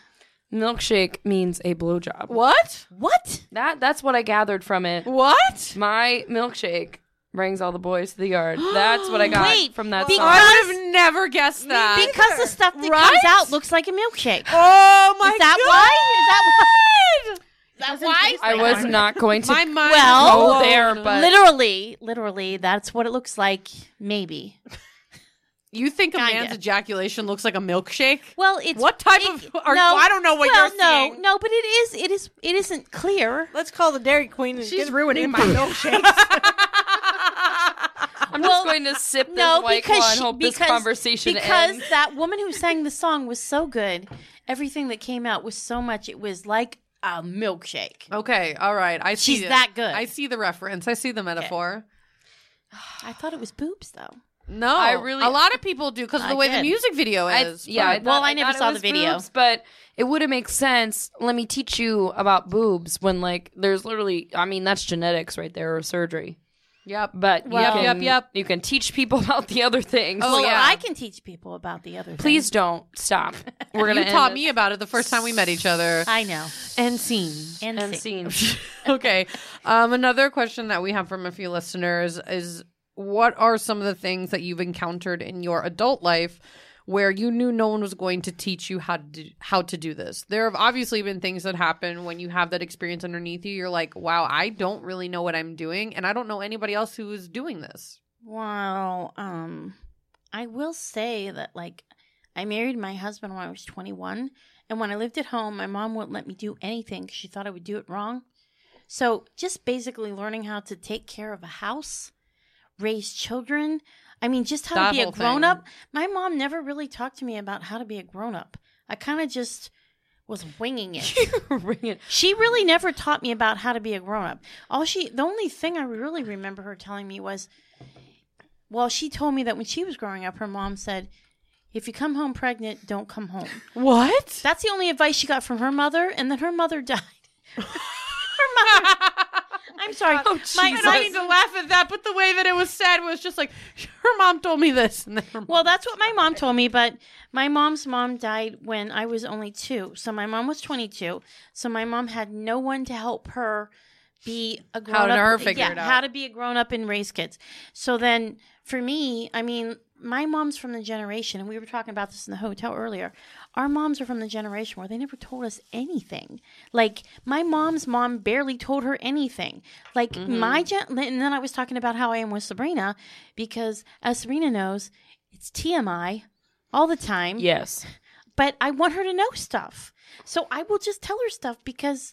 [SPEAKER 1] milkshake means a blowjob.
[SPEAKER 2] What?
[SPEAKER 3] What?
[SPEAKER 1] That that's what I gathered from it.
[SPEAKER 2] What?
[SPEAKER 1] My milkshake brings all the boys to the yard. That's what I got
[SPEAKER 3] Wait,
[SPEAKER 1] from that
[SPEAKER 3] because-
[SPEAKER 1] song.
[SPEAKER 2] I would have never guessed that.
[SPEAKER 3] Because the stuff that
[SPEAKER 2] Right?
[SPEAKER 3] comes out looks like a milkshake.
[SPEAKER 2] oh my
[SPEAKER 3] Is that
[SPEAKER 2] god.
[SPEAKER 3] why? Is that why? Is that
[SPEAKER 5] Doesn't
[SPEAKER 3] why?
[SPEAKER 5] taste
[SPEAKER 1] I was not going to
[SPEAKER 2] My mind.
[SPEAKER 3] Well,
[SPEAKER 2] is
[SPEAKER 1] go there,
[SPEAKER 2] blown.
[SPEAKER 1] but
[SPEAKER 3] Literally, literally, that's what it looks like, maybe.
[SPEAKER 2] you think a
[SPEAKER 3] Kinda.
[SPEAKER 2] man's ejaculation looks like a milkshake?
[SPEAKER 3] Well, it's
[SPEAKER 2] What type of? Are, I don't know what
[SPEAKER 3] well,
[SPEAKER 2] you're
[SPEAKER 3] no,
[SPEAKER 2] seeing.
[SPEAKER 3] no, but it is, it is, it isn't clear.
[SPEAKER 4] Let's call the Dairy Queen. And
[SPEAKER 5] She's
[SPEAKER 4] get-
[SPEAKER 5] ruining my milkshake.
[SPEAKER 1] I'm just
[SPEAKER 3] Well,
[SPEAKER 1] going to sip this
[SPEAKER 3] No,
[SPEAKER 1] white
[SPEAKER 3] because
[SPEAKER 1] claw and
[SPEAKER 3] she-
[SPEAKER 1] hope this
[SPEAKER 3] because-
[SPEAKER 1] conversation
[SPEAKER 3] because
[SPEAKER 1] ends.
[SPEAKER 3] that woman who sang the song was so good. Everything that came out was so much. It was like a milkshake.
[SPEAKER 2] Okay, all right. I see
[SPEAKER 3] She's
[SPEAKER 2] it.
[SPEAKER 3] that good.
[SPEAKER 2] I see the reference. I see the metaphor.
[SPEAKER 3] I thought it was boobs though.
[SPEAKER 2] No,
[SPEAKER 1] I really-
[SPEAKER 2] A lot of people do because of
[SPEAKER 3] I
[SPEAKER 2] the way
[SPEAKER 3] did.
[SPEAKER 2] the music video
[SPEAKER 1] I-
[SPEAKER 2] is.
[SPEAKER 1] yeah. thought-
[SPEAKER 2] But-
[SPEAKER 3] well, I never
[SPEAKER 1] thought it
[SPEAKER 3] saw the
[SPEAKER 1] was
[SPEAKER 3] video.
[SPEAKER 1] boobs, but it would have made sense. Let me teach you about boobs when, like, there's literally. I mean, that's genetics right there or surgery.
[SPEAKER 2] yep.
[SPEAKER 1] But
[SPEAKER 2] Well-
[SPEAKER 1] you
[SPEAKER 2] Yep,
[SPEAKER 1] can,
[SPEAKER 2] yep, yep.
[SPEAKER 1] You can teach people about the other things.
[SPEAKER 2] Oh,
[SPEAKER 3] well,
[SPEAKER 2] yeah.
[SPEAKER 3] I can teach people about the other.
[SPEAKER 1] please don't stop. We're gonna
[SPEAKER 2] You taught
[SPEAKER 1] end
[SPEAKER 2] me about it the first time we met each other.
[SPEAKER 3] thing. I know.
[SPEAKER 2] and scene.
[SPEAKER 3] And,
[SPEAKER 1] this
[SPEAKER 3] see.
[SPEAKER 1] and scene.
[SPEAKER 2] okay. Um, another question that we have from a few listeners is what are some of the things that you've encountered in your adult life where you knew no one was going to teach you how to do, how to do this? There have obviously been things that happen when you have that experience underneath you. You're like, wow, I don't really know what I'm doing, and I don't know anybody else who is doing this.
[SPEAKER 3] Well, um, I will say that like I married my husband when I was 21, and when I lived at home, my mom wouldn't let me do anything 'cause she thought I would do it wrong. So, just basically learning how to take care of a house, raise children, I mean, just how
[SPEAKER 2] That
[SPEAKER 3] to be a
[SPEAKER 2] whole thing.
[SPEAKER 3] grown up. My mom never really talked to me about how to be a grown up. I kind of just was winging it.
[SPEAKER 1] Ring it.
[SPEAKER 3] She really never taught me about how to be a grown up. All she, the only thing I really remember her telling me was, well, she told me that when she was growing up, her mom said, if you come home pregnant, don't come home.
[SPEAKER 2] What?
[SPEAKER 3] That's the only advice she got from her mother, and then her mother died. her mother. I'm sorry.
[SPEAKER 2] Oh,
[SPEAKER 3] my,
[SPEAKER 2] And I
[SPEAKER 3] my-
[SPEAKER 2] need to laugh at that, but the way that it was said was just like her mom told me this, and then her mom
[SPEAKER 3] well, that's what my mom told me, but my mom's mom died when I was only two. So my mom was 22. So my mom had no one to help her be a grown
[SPEAKER 2] to
[SPEAKER 3] up.
[SPEAKER 2] her figure
[SPEAKER 3] yeah,
[SPEAKER 2] it
[SPEAKER 3] how
[SPEAKER 2] out.
[SPEAKER 3] to be a grown up and raise kids. So then for me, I mean, my mom's from the generation, and we were talking about this in the hotel earlier. Our moms are from the generation where they never told us anything. Like my mom's mom barely told her anything. Like
[SPEAKER 2] Mm-hmm.
[SPEAKER 3] my gen, and then I was talking about how I am with Sabrina, because as Sabrina knows, it's TMI all the time.
[SPEAKER 1] Yes.
[SPEAKER 3] But I want her to know stuff, so I will just tell her stuff because.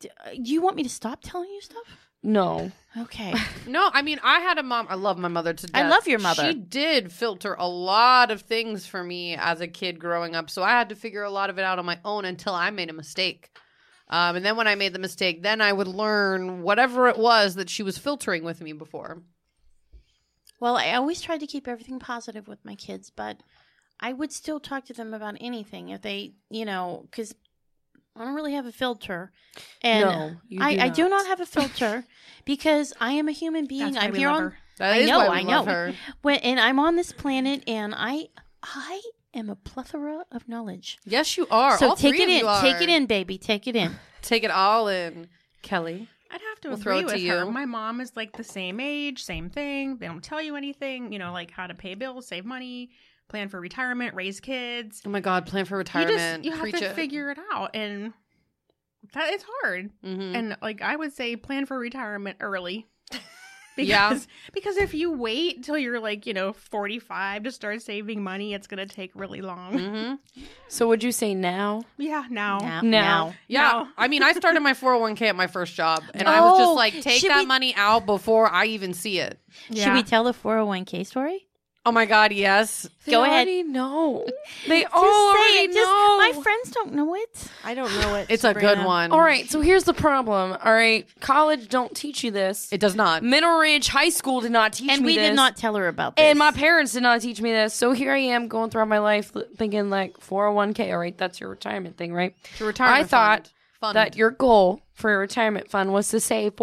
[SPEAKER 3] d- uh, You want me to stop telling you stuff?
[SPEAKER 1] No.
[SPEAKER 3] Okay.
[SPEAKER 2] No, I mean, I had a mom. I love my mother to
[SPEAKER 3] I
[SPEAKER 2] death.
[SPEAKER 3] love your mother.
[SPEAKER 2] She did filter a lot of things for me as a kid growing up. So I had to figure a lot of it out on my own until I made a mistake. Um, and then when I made the mistake, then I would learn whatever it was that she was filtering with me before.
[SPEAKER 3] Well, I always tried to keep everything positive with my kids, but I would still talk to them about anything if they, you know, because I don't really have a filter. And
[SPEAKER 1] No, you
[SPEAKER 3] I,
[SPEAKER 1] do
[SPEAKER 3] I do
[SPEAKER 1] not.
[SPEAKER 3] not have a filter because I am a human being.
[SPEAKER 5] That's why
[SPEAKER 3] I'm
[SPEAKER 5] we
[SPEAKER 3] here
[SPEAKER 5] love
[SPEAKER 3] on
[SPEAKER 5] her.
[SPEAKER 2] That
[SPEAKER 3] I
[SPEAKER 2] is
[SPEAKER 3] know,
[SPEAKER 2] why we
[SPEAKER 3] I
[SPEAKER 2] love
[SPEAKER 3] know.
[SPEAKER 2] her.
[SPEAKER 3] when, and I'm on this planet, and I I am a plethora of knowledge.
[SPEAKER 2] Yes, you are.
[SPEAKER 3] so
[SPEAKER 2] All
[SPEAKER 3] take
[SPEAKER 2] three
[SPEAKER 3] it
[SPEAKER 2] of
[SPEAKER 3] in,
[SPEAKER 2] you
[SPEAKER 3] take
[SPEAKER 2] are.
[SPEAKER 3] it in, baby, take it in.
[SPEAKER 2] Take it all in, Kelly.
[SPEAKER 5] I'd have to
[SPEAKER 2] We'll throw
[SPEAKER 5] agree
[SPEAKER 2] it
[SPEAKER 5] with
[SPEAKER 2] to
[SPEAKER 5] her.
[SPEAKER 2] you.
[SPEAKER 5] My mom is like the same age, same thing. They don't tell you anything, you know, like how to pay bills, save money, plan for retirement, raise kids.
[SPEAKER 2] Oh my God, plan for retirement.
[SPEAKER 5] You just you
[SPEAKER 2] Preach
[SPEAKER 5] have to
[SPEAKER 2] it.
[SPEAKER 5] figure it out, and that is hard.
[SPEAKER 2] Mhm.
[SPEAKER 5] And like I would say, plan for retirement early. Because,
[SPEAKER 2] Yeah.
[SPEAKER 5] Because if you wait till you're like, you know, 45 to start saving money, it's going to take really long.
[SPEAKER 2] Mm-hmm.
[SPEAKER 1] So would you say now?
[SPEAKER 5] Yeah, now.
[SPEAKER 3] Now.
[SPEAKER 1] Now.
[SPEAKER 2] Yeah,
[SPEAKER 5] No.
[SPEAKER 2] I mean, I started my 401k at my first job, and I was
[SPEAKER 3] Oh,
[SPEAKER 2] just like, take
[SPEAKER 3] should
[SPEAKER 2] that
[SPEAKER 3] we-
[SPEAKER 2] money out before I even see it.
[SPEAKER 3] Should we tell the 401k story?
[SPEAKER 2] Oh my god, yes.
[SPEAKER 1] They
[SPEAKER 3] Go ahead.
[SPEAKER 1] already know. They all
[SPEAKER 2] Oh,
[SPEAKER 3] Just say
[SPEAKER 1] already
[SPEAKER 3] it. Just-
[SPEAKER 1] know.
[SPEAKER 3] my friends don't know it.
[SPEAKER 4] I don't know it.
[SPEAKER 2] It's a good
[SPEAKER 4] Sabrina.
[SPEAKER 2] one.
[SPEAKER 1] all right, so here's the problem. All right, college don't teach you this.
[SPEAKER 2] It does not.
[SPEAKER 1] Mineral Ridge High School did not teach
[SPEAKER 3] And
[SPEAKER 1] me
[SPEAKER 3] we
[SPEAKER 1] this.
[SPEAKER 3] did not tell her about this.
[SPEAKER 1] And my parents did not teach me this. So here I am going throughout my life li- thinking like 401k, all right, that's your retirement thing, right?
[SPEAKER 2] Your retirement
[SPEAKER 1] I thought
[SPEAKER 2] fund. Fund.
[SPEAKER 1] that your goal for your retirement fund was to save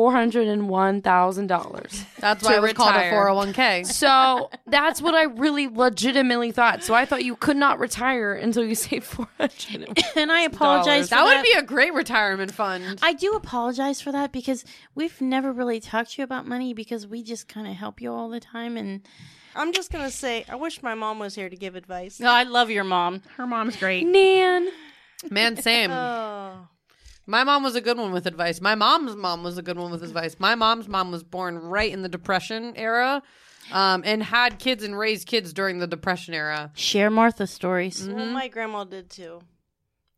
[SPEAKER 1] $401,000.
[SPEAKER 2] That's why
[SPEAKER 1] to
[SPEAKER 2] it was called a
[SPEAKER 1] retire.
[SPEAKER 2] 401k.
[SPEAKER 1] So that's what I really legitimately thought. So I thought you could not retire until you save 400.
[SPEAKER 3] and I apologize. For
[SPEAKER 2] That would be a great retirement fund.
[SPEAKER 3] I do apologize for that because we've never really talked to you about money because we just kind of help you all the time. And
[SPEAKER 4] I'm just gonna say, I wish my mom was here to give advice.
[SPEAKER 3] no, I love your mom.
[SPEAKER 5] Her mom's great.
[SPEAKER 1] Nan.
[SPEAKER 2] Man, same.
[SPEAKER 4] Oh,
[SPEAKER 2] My mom was a good one with advice. My mom's mom was a good one with advice. My mom's mom was born right in the Depression era, um, and had kids and raised kids during the Depression era.
[SPEAKER 3] Share Martha's stories.
[SPEAKER 4] well, my grandma did too,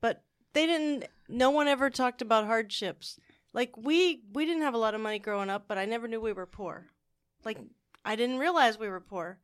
[SPEAKER 4] but they didn't. No one ever talked about hardships. Like we we didn't have a lot of money growing up, but I never knew we were poor. Like I didn't realize we were poor.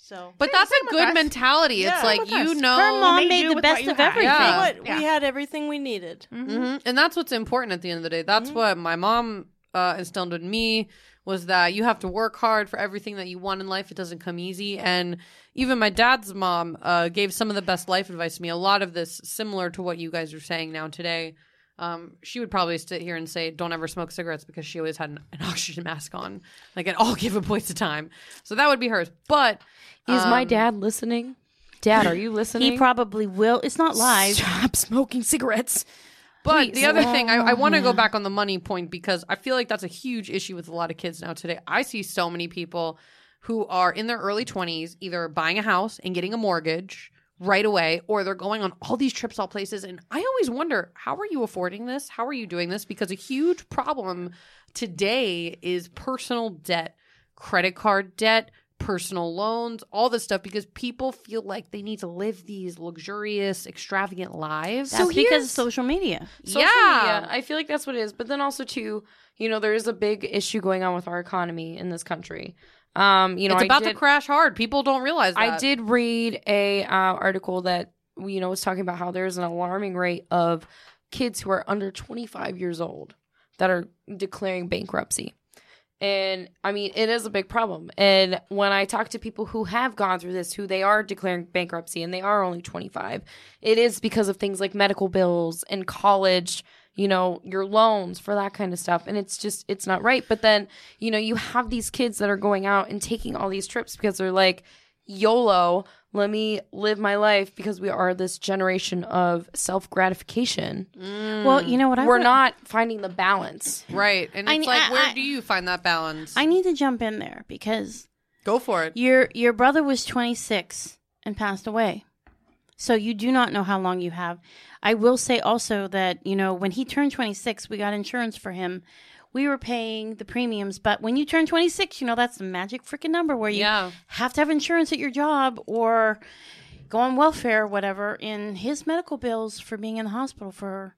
[SPEAKER 4] So
[SPEAKER 2] But that's a good
[SPEAKER 5] us.
[SPEAKER 2] mentality.
[SPEAKER 4] Yeah.
[SPEAKER 2] It's
[SPEAKER 4] Same
[SPEAKER 2] like
[SPEAKER 5] with
[SPEAKER 2] you
[SPEAKER 5] us.
[SPEAKER 2] know,
[SPEAKER 3] Her mom
[SPEAKER 5] They
[SPEAKER 3] made
[SPEAKER 5] do
[SPEAKER 3] the
[SPEAKER 5] with what
[SPEAKER 3] best
[SPEAKER 5] you
[SPEAKER 3] of
[SPEAKER 5] have.
[SPEAKER 3] everything.
[SPEAKER 2] Yeah.
[SPEAKER 4] You know what?
[SPEAKER 5] Yeah.
[SPEAKER 4] We had everything we needed.
[SPEAKER 1] Mm-hmm.
[SPEAKER 2] hmm And that's what's important at the end of the day. That's what my mom uh, instilled in me was that you have to work hard for everything that you want in life. It doesn't come easy. And even my dad's mom uh, gave some of the best life advice to me. A lot of this similar to what you guys are saying now today. Um, she would probably sit here and say, "Don't ever smoke cigarettes," because she always had an, an oxygen mask on, like at all given points of time. So that would be hers. But
[SPEAKER 1] Is my dad listening? Dad, are you listening?
[SPEAKER 3] He probably will. It's not live.
[SPEAKER 1] Stop smoking cigarettes.
[SPEAKER 2] But the other thing, I, I want to go back on the money point because I feel like that's a huge issue with a lot of kids now today. I see so many people who are in their early 20s either buying a house and getting a mortgage right away or they're going on all these trips all places and i always wonder how are you affording this how are you doing this because a huge problem today is personal debt credit card debt personal loans all this stuff because people feel like they need to live these luxurious extravagant lives
[SPEAKER 3] That's because of social media.
[SPEAKER 1] social
[SPEAKER 2] Yeah.
[SPEAKER 1] media. I feel like that's what it is. But then also too, you know, there is a big issue going on with our economy in this country. Um, you know,
[SPEAKER 2] it's
[SPEAKER 1] I
[SPEAKER 2] about
[SPEAKER 1] did,
[SPEAKER 2] to crash hard. People don't realize that.
[SPEAKER 1] I did read a uh, article that you know was talking about how there's an alarming rate of kids who are under 25 years old that are declaring bankruptcy. And I mean, it is a big problem. And when I talk to people who have gone through this, who they are declaring bankruptcy and they are only 25, it is because of things like medical bills and college, you know, your loans for that kind of stuff. And it's just, it's not right. But then, you know, you have these kids that are going out and taking all these trips because they're like, YOLO, let me live my life because we are this generation of self gratification.
[SPEAKER 3] Well, you know what? I
[SPEAKER 1] We're
[SPEAKER 3] wa-
[SPEAKER 1] not finding the balance.
[SPEAKER 2] Right. And
[SPEAKER 3] I
[SPEAKER 2] it's
[SPEAKER 3] ne-
[SPEAKER 2] like,
[SPEAKER 3] I-
[SPEAKER 2] where
[SPEAKER 3] I-
[SPEAKER 2] do you find that balance?
[SPEAKER 3] I need to jump in there because
[SPEAKER 2] Go for it.
[SPEAKER 3] Your your brother was 26 and passed away. So you do not know how long you have. I will say also that, you know, when he turned 26, we got insurance for him. We were paying the premiums, but when you turn 26, you know that's the magic freaking number where you
[SPEAKER 2] Yeah.
[SPEAKER 3] have to have insurance at your job or go on welfare or whatever. In his medical bills for being in the hospital for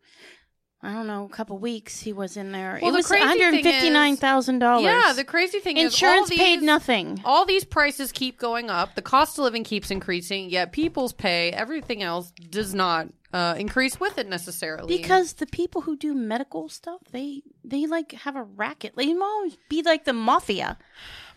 [SPEAKER 3] I don't know, a couple weeks he was in there.
[SPEAKER 2] Well,
[SPEAKER 3] it
[SPEAKER 2] the
[SPEAKER 3] was
[SPEAKER 2] crazy thing is-
[SPEAKER 3] $159,000.
[SPEAKER 2] Yeah. The crazy thing is, all
[SPEAKER 3] insurance
[SPEAKER 2] these,
[SPEAKER 3] paid nothing.
[SPEAKER 2] All these prices keep going up. The cost of living keeps increasing. Yet people's pay, everything else, does not uh, increase with it necessarily.
[SPEAKER 3] Because the people who do medical stuff, they they like have a racket. They almost be like the mafia.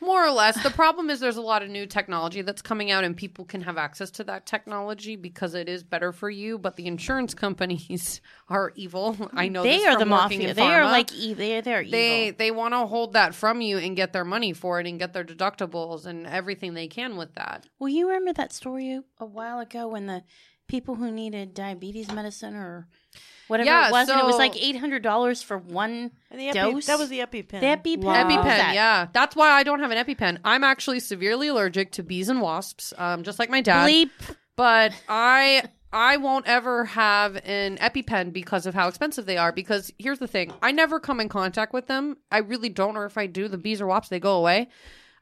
[SPEAKER 2] More or less. The problem is there's a lot of new technology that's coming out, and people can have access to that technology because it is better for you. But the insurance companies are evil. I know
[SPEAKER 3] They
[SPEAKER 2] this
[SPEAKER 3] are
[SPEAKER 2] from
[SPEAKER 3] the
[SPEAKER 2] working
[SPEAKER 3] mafia.
[SPEAKER 2] in
[SPEAKER 3] They are
[SPEAKER 2] pharma.
[SPEAKER 3] like e- they they're evil.
[SPEAKER 2] they they want to hold that from you and get their money for it and get their deductibles and everything they can with that.
[SPEAKER 3] well, you remember that story a while ago when the people who needed diabetes medicine or whatever
[SPEAKER 2] Yeah,
[SPEAKER 3] it was, and it was
[SPEAKER 2] so-
[SPEAKER 3] like eight hundred dollars for one
[SPEAKER 4] And the epi,
[SPEAKER 3] dose.
[SPEAKER 4] that was the EpiPen.
[SPEAKER 3] The EpiPen.
[SPEAKER 1] Wow.
[SPEAKER 3] What was
[SPEAKER 2] EpiPen,
[SPEAKER 3] Oh, that?
[SPEAKER 2] yeah, that's why I don't have an EpiPen. I'm actually severely allergic to bees and wasps, um, just like my dad.
[SPEAKER 3] Bleep.
[SPEAKER 2] But I I won't ever have an EpiPen because of how expensive they are. Because here's the thing I never come in contact with them. I really don't, or if I do, the bees or wops, they go away.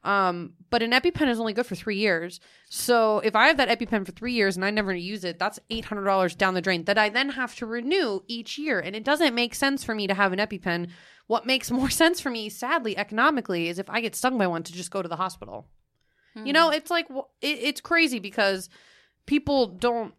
[SPEAKER 2] Um, but an EpiPen is only good for three years. So if I have that EpiPen for three years and I never use it, that's eight hundred dollars down the drain that I then have to renew each year. And it doesn't make sense for me to have an EpiPen. What makes more sense for me, sadly, economically, is if I get stung by one to just go to the hospital. You know, it's like wh- it, it's crazy because people don't.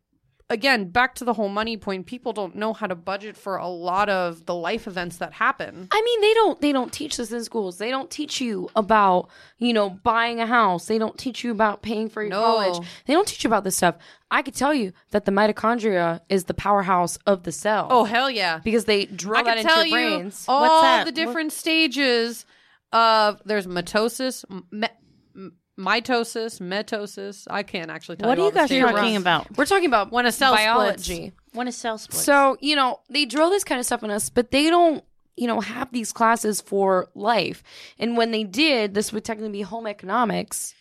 [SPEAKER 2] Again, back to the whole money point, people don't know how to budget for a lot of the life events that happen.
[SPEAKER 1] I mean, they don't they don't teach this in schools. They don't teach you about you know buying a house. They don't teach you about paying for your
[SPEAKER 2] No.
[SPEAKER 1] college. They don't teach you about this stuff. I could tell you that the mitochondria is the powerhouse of the cell.
[SPEAKER 2] Oh hell yeah!
[SPEAKER 1] because they drill
[SPEAKER 2] I
[SPEAKER 1] that
[SPEAKER 2] can
[SPEAKER 1] into
[SPEAKER 2] tell
[SPEAKER 1] your
[SPEAKER 2] you
[SPEAKER 1] brains.
[SPEAKER 2] all
[SPEAKER 3] that?
[SPEAKER 2] the different stages of there's mitosis, m- me- m- mitosis, mitosis. I can't actually tell.
[SPEAKER 3] What
[SPEAKER 2] you
[SPEAKER 3] are
[SPEAKER 2] all
[SPEAKER 3] you
[SPEAKER 2] the
[SPEAKER 3] guys
[SPEAKER 2] stages.
[SPEAKER 3] talking about?
[SPEAKER 1] We're talking about
[SPEAKER 2] When a cell
[SPEAKER 1] biology.
[SPEAKER 3] One is cell split.
[SPEAKER 1] So, you know, they drill this kind of stuff in us, but they don't, you know, have these classes for life. And when they did, this would technically be home economics.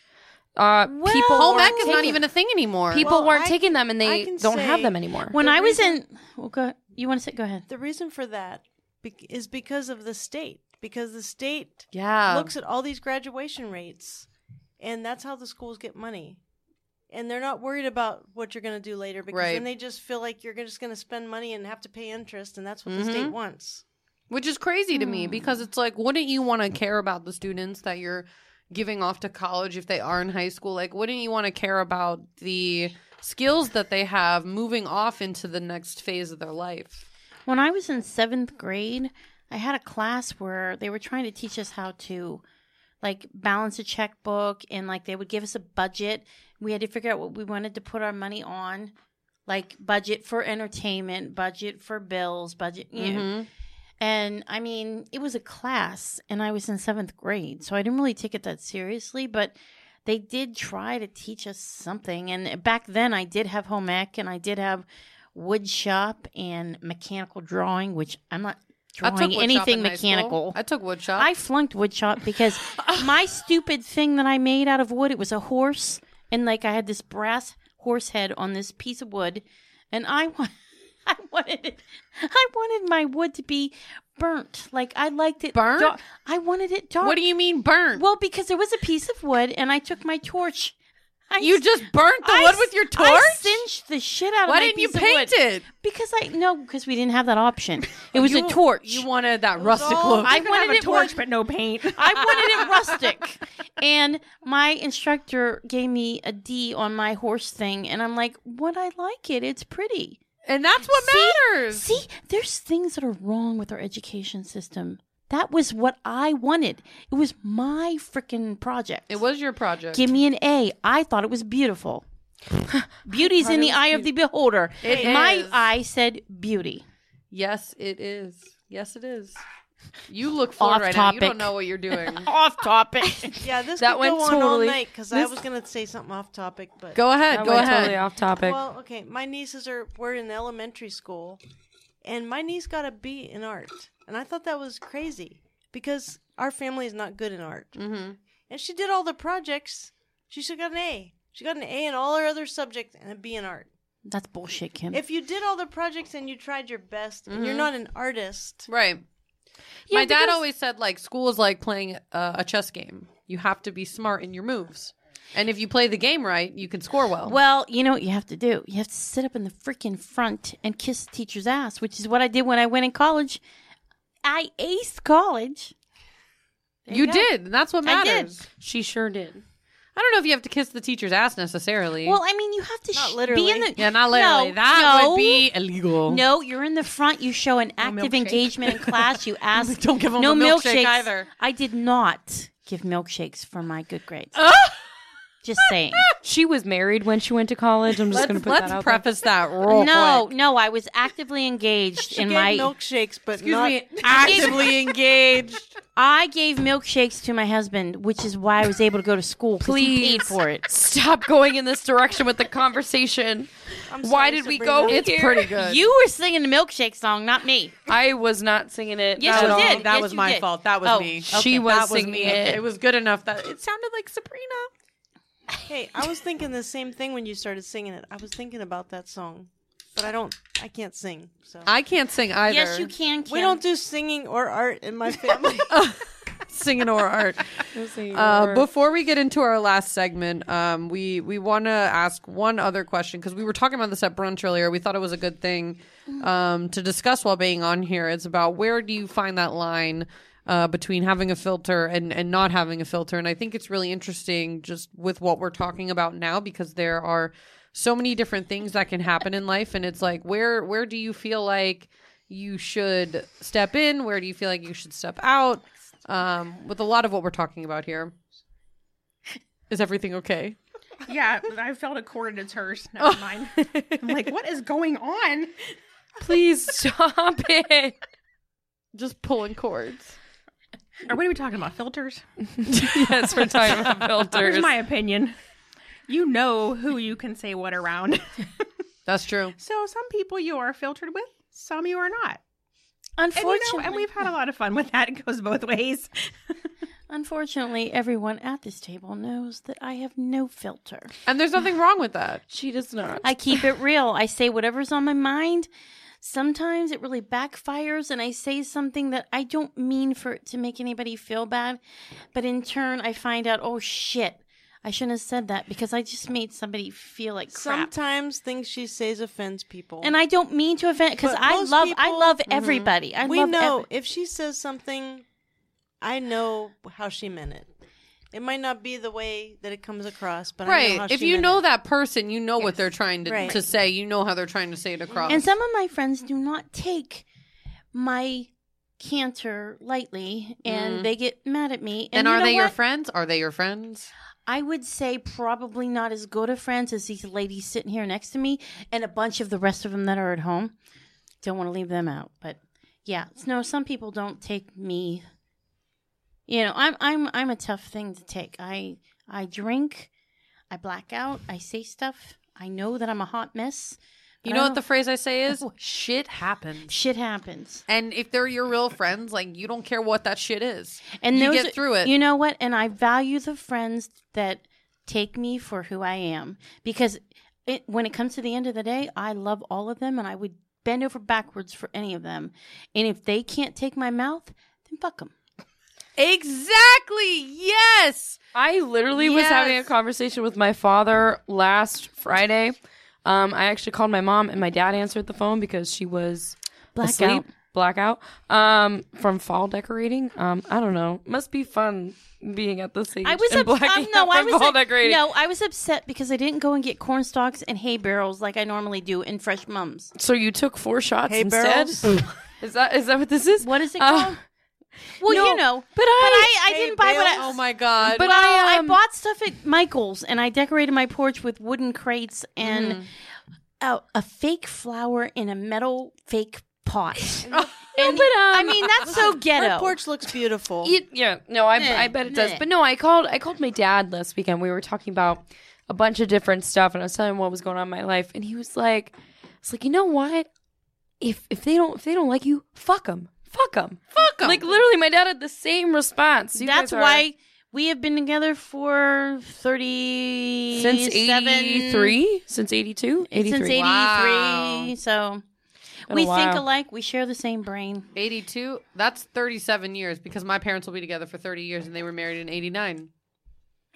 [SPEAKER 1] Uh, people
[SPEAKER 2] Home
[SPEAKER 1] weren't
[SPEAKER 2] ec is not
[SPEAKER 1] taking-
[SPEAKER 2] even a thing anymore.
[SPEAKER 1] people
[SPEAKER 4] Well,
[SPEAKER 1] weren't
[SPEAKER 4] I-
[SPEAKER 1] taking them, and
[SPEAKER 4] I
[SPEAKER 1] they
[SPEAKER 4] can
[SPEAKER 1] don't have
[SPEAKER 4] say-
[SPEAKER 1] them anymore.
[SPEAKER 3] when
[SPEAKER 4] The
[SPEAKER 3] I was
[SPEAKER 4] reason-
[SPEAKER 3] in, well, go, you want to sit? Go ahead.
[SPEAKER 4] The reason for that bec- is because of the state, because the state
[SPEAKER 2] yeah,
[SPEAKER 4] looks at all these graduation rates, and that's how the schools get money. And they're not worried about what you're going to do later because
[SPEAKER 2] Right.
[SPEAKER 4] then they just feel like you're just going to spend money and have to pay interest, and that's what the
[SPEAKER 1] Mm-hmm.
[SPEAKER 4] state wants.
[SPEAKER 2] which is crazy to
[SPEAKER 3] Hmm.
[SPEAKER 2] me because it's like, wouldn't you want to care about the students that you're giving off to college if they are in high school? Like, wouldn't you want to care about the skills that they have moving off into the next phase of their life?
[SPEAKER 3] When I was in seventh grade, I had a class where they were trying to teach us how to like balance a checkbook and like they would give us a budget. We had to figure out what we wanted to put our money on, like budget for entertainment, budget for bills, budget, you
[SPEAKER 2] Mm-hmm.
[SPEAKER 3] know. And I mean, it was a class and I was in seventh grade, so I didn't really take it that seriously, but they did try to teach us something. And back then I did have home ec and I did have wood shop and mechanical drawing, which I'm not drawing
[SPEAKER 2] wood shop
[SPEAKER 3] anything
[SPEAKER 2] in high school.
[SPEAKER 3] mechanical.
[SPEAKER 2] I took wood shop.
[SPEAKER 3] I flunked wood shop because my stupid thing that I made out of wood, it was a horse and like I had this brass horse head on this piece of wood and I want I wanted it I wanted my wood to be burnt. Like I liked it
[SPEAKER 2] Burnt?
[SPEAKER 3] dark. I wanted it dark.
[SPEAKER 2] what do you mean burnt?
[SPEAKER 3] Well, because there was a piece of wood and I took my torch. I
[SPEAKER 2] you
[SPEAKER 3] s-
[SPEAKER 2] just burnt the
[SPEAKER 3] I
[SPEAKER 2] wood
[SPEAKER 3] s-
[SPEAKER 2] with your torch?
[SPEAKER 3] I singed the shit out
[SPEAKER 2] Why
[SPEAKER 3] of my
[SPEAKER 2] didn't you
[SPEAKER 3] piece of
[SPEAKER 2] paint
[SPEAKER 3] wood.
[SPEAKER 2] it?
[SPEAKER 3] Because I no, because we didn't have that option. It was
[SPEAKER 2] You-
[SPEAKER 3] a torch.
[SPEAKER 2] You wanted that rustic
[SPEAKER 4] all-
[SPEAKER 2] look.
[SPEAKER 3] I
[SPEAKER 5] I wanted
[SPEAKER 3] wanted
[SPEAKER 5] have a
[SPEAKER 3] it wood-
[SPEAKER 5] torch, but no paint.
[SPEAKER 3] I wanted it rustic. And my instructor gave me a D on my horse thing, and I'm like, would I like it? It's pretty.
[SPEAKER 2] and that's what
[SPEAKER 3] See?
[SPEAKER 2] matters.
[SPEAKER 3] See, there's things that are wrong with our education system. That was what I wanted. It was my freaking project.
[SPEAKER 2] It was your project.
[SPEAKER 3] Give me an A. I thought it was beautiful. Beauty's in the eye of the beholder.
[SPEAKER 2] It
[SPEAKER 3] my
[SPEAKER 2] is.
[SPEAKER 3] eye said beauty.
[SPEAKER 2] yes, it is. Yes, it is. You look floored
[SPEAKER 3] Off
[SPEAKER 2] right now. You
[SPEAKER 3] topic.
[SPEAKER 2] don't know what you're doing.
[SPEAKER 3] Off topic.
[SPEAKER 4] Yeah, this
[SPEAKER 1] That
[SPEAKER 4] could
[SPEAKER 1] went
[SPEAKER 4] go on
[SPEAKER 1] totally-
[SPEAKER 4] all night because I was going to say something off topic, but
[SPEAKER 2] go ahead.
[SPEAKER 1] That
[SPEAKER 2] go
[SPEAKER 1] went
[SPEAKER 2] ahead.
[SPEAKER 1] totally off topic.
[SPEAKER 4] well, okay. My nieces are were in elementary school, and my niece got a B in art, and I thought that was crazy because our family is not good in art.
[SPEAKER 1] Mm-hmm.
[SPEAKER 2] Mhm.
[SPEAKER 4] And she did all the projects. She should got an A. She got an A in all her other subjects and a B in art.
[SPEAKER 3] That's bullshit, Kim.
[SPEAKER 4] If you did all the projects and you tried your best, and
[SPEAKER 1] Mm-hmm.
[SPEAKER 4] you're not an artist,
[SPEAKER 2] Right.
[SPEAKER 1] Yeah,
[SPEAKER 2] My dad
[SPEAKER 1] because-
[SPEAKER 2] always said like school is like playing uh, a chess game. You have to be smart in your moves, and if you play the game right, you can score well.
[SPEAKER 3] Well, you know what you have to do? You have to sit up in the freaking front and kiss the teacher's ass, which is what I did when I went in college. I aced college.
[SPEAKER 2] you did, and that's what
[SPEAKER 3] I did.
[SPEAKER 2] matters. I,
[SPEAKER 1] she sure did.
[SPEAKER 2] don't know if you have to kiss the teacher's ass necessarily.
[SPEAKER 3] Well, I mean, you have to
[SPEAKER 4] Not
[SPEAKER 3] sh- be
[SPEAKER 4] literally.
[SPEAKER 3] in the
[SPEAKER 2] yeah, not literally.
[SPEAKER 3] No,
[SPEAKER 2] that
[SPEAKER 3] no,
[SPEAKER 2] would be illegal.
[SPEAKER 3] No, you're in the front. You show an active
[SPEAKER 2] milkshake.
[SPEAKER 3] engagement in class. You ask.
[SPEAKER 2] Don't give 'em
[SPEAKER 3] no
[SPEAKER 2] a milkshake
[SPEAKER 3] milkshakes.
[SPEAKER 2] either.
[SPEAKER 3] I did not give milkshakes for my good grades. Just saying.
[SPEAKER 1] She was married when she went to college. I'm just
[SPEAKER 2] let's
[SPEAKER 1] going to put
[SPEAKER 2] let's
[SPEAKER 1] that out
[SPEAKER 2] preface that real
[SPEAKER 3] No,
[SPEAKER 2] quick.
[SPEAKER 3] no, I was actively engaged
[SPEAKER 4] she
[SPEAKER 3] in
[SPEAKER 4] gave
[SPEAKER 3] my.
[SPEAKER 4] milkshakes, but
[SPEAKER 2] Excuse
[SPEAKER 4] not
[SPEAKER 2] me. Actively engaged.
[SPEAKER 3] I gave milkshakes to my husband, which is why I was able to go to school. 'cause he paid
[SPEAKER 1] Please.
[SPEAKER 3] for it.
[SPEAKER 1] there. Stop going in this direction with the conversation.
[SPEAKER 4] I'm
[SPEAKER 1] Why
[SPEAKER 4] sorry,
[SPEAKER 1] did we
[SPEAKER 4] Sabrina.
[SPEAKER 1] go?
[SPEAKER 2] It's
[SPEAKER 1] here?
[SPEAKER 2] pretty good.
[SPEAKER 3] You were singing the milkshake song, not me.
[SPEAKER 1] I was not singing it. not
[SPEAKER 3] Yes, you
[SPEAKER 1] at all.
[SPEAKER 3] did.
[SPEAKER 2] That
[SPEAKER 3] Yes,
[SPEAKER 2] was
[SPEAKER 3] you
[SPEAKER 2] my
[SPEAKER 3] did.
[SPEAKER 2] fault. That was
[SPEAKER 3] Oh,
[SPEAKER 2] me.
[SPEAKER 1] she was
[SPEAKER 2] that was
[SPEAKER 1] singing
[SPEAKER 2] me.
[SPEAKER 1] it.
[SPEAKER 2] It was good enough that it sounded like Sabrina.
[SPEAKER 4] Hey, I was thinking the same thing when you started singing it. I was thinking about that song. but I don't. I can't sing. So
[SPEAKER 2] I can't sing either.
[SPEAKER 3] Yes, you can. Kim.
[SPEAKER 4] we don't do singing or art in my family.
[SPEAKER 2] Singing or art. Uh, before we get into our last segment, um, we we want to ask one other question because we were talking about this at brunch earlier. We thought it was a good thing um, to discuss while being on here. It's about where do you find that line uh, between having a filter and and not having a filter, and I think it's really interesting just with what we're talking about now because there are so many different things that can happen in life, and it's like where where do you feel like you should step in? Where do you feel like you should step out? Um, with a lot of what we're talking about here. Is everything okay?
[SPEAKER 5] Yeah, I felt a cord in its hers. Never mind. I'm like, what is going on?
[SPEAKER 1] Please stop it.
[SPEAKER 2] Just pulling cords.
[SPEAKER 5] Or what are we talking about? Filters?
[SPEAKER 1] yes, we're talking about filters.
[SPEAKER 5] Here's my opinion. You know who you can say what around.
[SPEAKER 2] That's true.
[SPEAKER 5] so some people you are filtered with, some you are not. And, you
[SPEAKER 3] Unfortunately,
[SPEAKER 5] know, and we've had a lot of fun with that. It goes both ways.
[SPEAKER 3] Unfortunately, everyone at this table knows that I have no filter.
[SPEAKER 2] And there's nothing wrong with that.
[SPEAKER 1] she does not.
[SPEAKER 3] I keep it real. I say whatever's on my mind. Sometimes it really backfires and I say something that I don't mean for it to make anybody feel bad, but in turn I find out, "Oh shit, I shouldn't have said that because I just made somebody feel like crap."
[SPEAKER 4] Sometimes things she says offends people,
[SPEAKER 3] and I don't mean to offend cuz
[SPEAKER 4] But
[SPEAKER 3] I
[SPEAKER 4] most
[SPEAKER 3] love I
[SPEAKER 4] people- Mm-hmm.
[SPEAKER 3] love everybody. I
[SPEAKER 4] we
[SPEAKER 3] love
[SPEAKER 4] know
[SPEAKER 3] ev-
[SPEAKER 4] if she says something, I know how she meant it. It might not be the way that it comes across, but I know how
[SPEAKER 2] Right. If
[SPEAKER 4] she
[SPEAKER 2] you
[SPEAKER 4] meant
[SPEAKER 2] know
[SPEAKER 4] it.
[SPEAKER 2] that person, you know what they're trying to,
[SPEAKER 4] Right.
[SPEAKER 2] to say. You know how they're trying to say it across.
[SPEAKER 3] And some of my friends do not take my canter lightly and
[SPEAKER 4] Mm.
[SPEAKER 3] they get mad at me.
[SPEAKER 2] And
[SPEAKER 3] you
[SPEAKER 2] are
[SPEAKER 3] know
[SPEAKER 2] they your
[SPEAKER 3] what?
[SPEAKER 2] friends? Are they your friends?
[SPEAKER 3] I would say probably not as good of friends as these ladies sitting here next to me and a bunch of the rest of them that are at home. Don't want to leave them out, but yeah, s- no, some people don't take me. You know, I'm I'm I'm a tough thing to take. I I drink, I black out, I say stuff. I know that I'm a hot mess.
[SPEAKER 2] You
[SPEAKER 3] but
[SPEAKER 2] know
[SPEAKER 3] I
[SPEAKER 2] what the
[SPEAKER 3] don't-
[SPEAKER 2] phrase I say is? Shit happens.
[SPEAKER 3] Oh. shit happens.
[SPEAKER 2] And if they're your real friends, like you don't care what that shit is.
[SPEAKER 3] And
[SPEAKER 2] you
[SPEAKER 3] those
[SPEAKER 2] get
[SPEAKER 3] are-
[SPEAKER 2] through it.
[SPEAKER 3] You know what? And I value the friends that take me for who I am because it, when it comes to the end of the day, I love all of them and I would bend over backwards for any of them. And if they can't take my mouth, then fuck them.
[SPEAKER 2] exactly. Yes.
[SPEAKER 1] I literally was having a
[SPEAKER 2] Yes.
[SPEAKER 1] conversation with my father last Friday. Um, I actually called my mom, and my dad answered the phone because she was
[SPEAKER 3] Blackout.
[SPEAKER 1] asleep, blackout um, from fall decorating. Um, I don't know. Must be fun being at this age.
[SPEAKER 3] I was
[SPEAKER 1] and
[SPEAKER 3] upset.
[SPEAKER 1] blacking
[SPEAKER 3] no,
[SPEAKER 1] out
[SPEAKER 3] I
[SPEAKER 1] from
[SPEAKER 3] was
[SPEAKER 1] fall
[SPEAKER 3] up-
[SPEAKER 1] decorating.
[SPEAKER 3] no, I was upset because I didn't go and get corn stalks and hay barrels like I normally do in fresh mums.
[SPEAKER 1] So you took four shots
[SPEAKER 4] Hey,
[SPEAKER 1] instead.
[SPEAKER 4] barrels.
[SPEAKER 1] is that is that what this is?
[SPEAKER 3] What is it
[SPEAKER 1] Uh,
[SPEAKER 3] called? Well,
[SPEAKER 1] no,
[SPEAKER 3] you know,
[SPEAKER 1] but I-
[SPEAKER 3] I, I
[SPEAKER 4] Hay
[SPEAKER 3] didn't buy what I.
[SPEAKER 2] Oh
[SPEAKER 4] bales?
[SPEAKER 2] my God.
[SPEAKER 1] But
[SPEAKER 3] Well,
[SPEAKER 1] I,
[SPEAKER 3] I,
[SPEAKER 1] um,
[SPEAKER 3] bought stuff at Michael's and I decorated my porch with wooden crates and
[SPEAKER 1] Mm.
[SPEAKER 3] a, a fake flower in a metal fake pot. and,
[SPEAKER 1] um,
[SPEAKER 3] I mean, that's so
[SPEAKER 4] Her
[SPEAKER 3] ghetto.
[SPEAKER 4] porch looks beautiful.
[SPEAKER 1] It- yeah, no, I,
[SPEAKER 3] Meh,
[SPEAKER 1] I bet it does.
[SPEAKER 3] meh.
[SPEAKER 1] But no, I called I called my dad last weekend. We were talking about a bunch of different stuff, and I was telling him what was going on in my life, and he was like, "It's like you know what? If if they don't if they don't like you, fuck them, fuck them, fuck them." Like literally, my dad had the same response. You
[SPEAKER 3] that's
[SPEAKER 1] guys are-
[SPEAKER 3] why we have been together for 30
[SPEAKER 1] since eighty three, since eighty two, eighty
[SPEAKER 3] Since 83.
[SPEAKER 1] three.
[SPEAKER 2] Wow.
[SPEAKER 3] So
[SPEAKER 1] a
[SPEAKER 3] we think
[SPEAKER 1] while.
[SPEAKER 3] alike, we share the same brain.
[SPEAKER 2] 82 that's 37 years because my parents will be together for 30 years and they were married in 89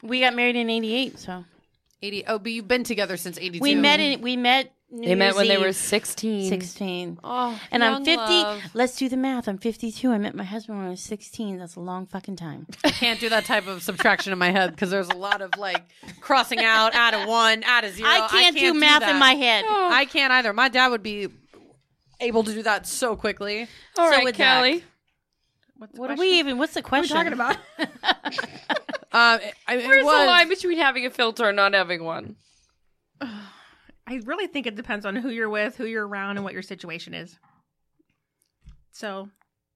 [SPEAKER 3] We got married in 88, so
[SPEAKER 2] 80 oh but you've been together since 82
[SPEAKER 3] we met in we met New
[SPEAKER 1] They met
[SPEAKER 3] Year's
[SPEAKER 1] when they were
[SPEAKER 3] Eve,
[SPEAKER 1] sixteen.
[SPEAKER 3] 16.
[SPEAKER 2] oh
[SPEAKER 3] And I'm
[SPEAKER 2] young
[SPEAKER 3] 50.
[SPEAKER 2] love.
[SPEAKER 3] Let's do the math. I'm 52. I met my husband when I was 16. That's a long fucking time.
[SPEAKER 2] i can't do that type of subtraction in my head because there's a lot of like crossing out out of one out of zero
[SPEAKER 3] I can't, do math in
[SPEAKER 2] that. Oh,
[SPEAKER 3] my head.
[SPEAKER 2] i can't either my dad would be able to do that so quickly
[SPEAKER 1] All
[SPEAKER 3] So
[SPEAKER 1] right,
[SPEAKER 3] with that-
[SPEAKER 1] Callie.
[SPEAKER 3] What are we even? What's the question?
[SPEAKER 5] talking about?
[SPEAKER 2] um it, I- it
[SPEAKER 1] There's
[SPEAKER 2] was
[SPEAKER 1] a line between having a filter and not having one.
[SPEAKER 5] I really think it depends on who you're with, who you're around, and what your situation is. So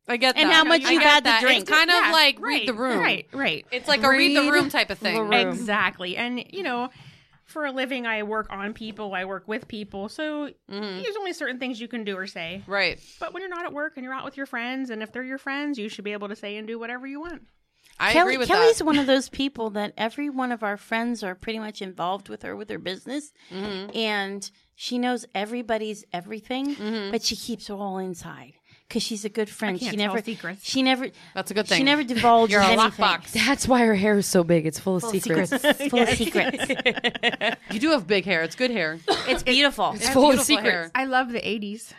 [SPEAKER 2] i get
[SPEAKER 3] And
[SPEAKER 2] that.
[SPEAKER 3] how much
[SPEAKER 2] I
[SPEAKER 3] you've
[SPEAKER 2] get
[SPEAKER 3] had to
[SPEAKER 2] that.
[SPEAKER 3] drink.
[SPEAKER 2] it's kind of
[SPEAKER 5] Yeah,
[SPEAKER 2] like
[SPEAKER 5] right,
[SPEAKER 2] read the room
[SPEAKER 5] Right, right.
[SPEAKER 2] it's like a read the
[SPEAKER 1] Read
[SPEAKER 2] room type of thing
[SPEAKER 1] the room. room.
[SPEAKER 5] Exactly. And, you know, for a living, I work on people, I work with people. So
[SPEAKER 2] Mhm.
[SPEAKER 5] there's only certain things you can do or say.
[SPEAKER 2] right
[SPEAKER 5] But when you're not at work and you're out with your friends, and if they're your friends, you should be able to say and do whatever you want.
[SPEAKER 2] I
[SPEAKER 3] Kelly,
[SPEAKER 2] agree with
[SPEAKER 3] Kelly's
[SPEAKER 2] that.
[SPEAKER 3] one of those people that every one of our friends are pretty much involved with her with her business,
[SPEAKER 2] Mm-hmm.
[SPEAKER 3] and she knows everybody's everything,
[SPEAKER 2] Mm-hmm.
[SPEAKER 3] but she keeps it all inside because she's a good friend.
[SPEAKER 5] can't
[SPEAKER 3] she
[SPEAKER 5] tell
[SPEAKER 3] never
[SPEAKER 5] secrets.
[SPEAKER 3] She never.
[SPEAKER 2] That's a good thing.
[SPEAKER 3] She never divulges
[SPEAKER 2] You're a
[SPEAKER 3] anything.
[SPEAKER 2] lockbox.
[SPEAKER 1] That's why her hair is so big. It's full of
[SPEAKER 3] Full of
[SPEAKER 1] secrets.
[SPEAKER 3] secrets. Full of secrets.
[SPEAKER 2] You do have big hair. It's good hair.
[SPEAKER 3] It's beautiful.
[SPEAKER 1] It's full of
[SPEAKER 2] Beautiful
[SPEAKER 1] secrets.
[SPEAKER 2] hair.
[SPEAKER 5] I love the 80s.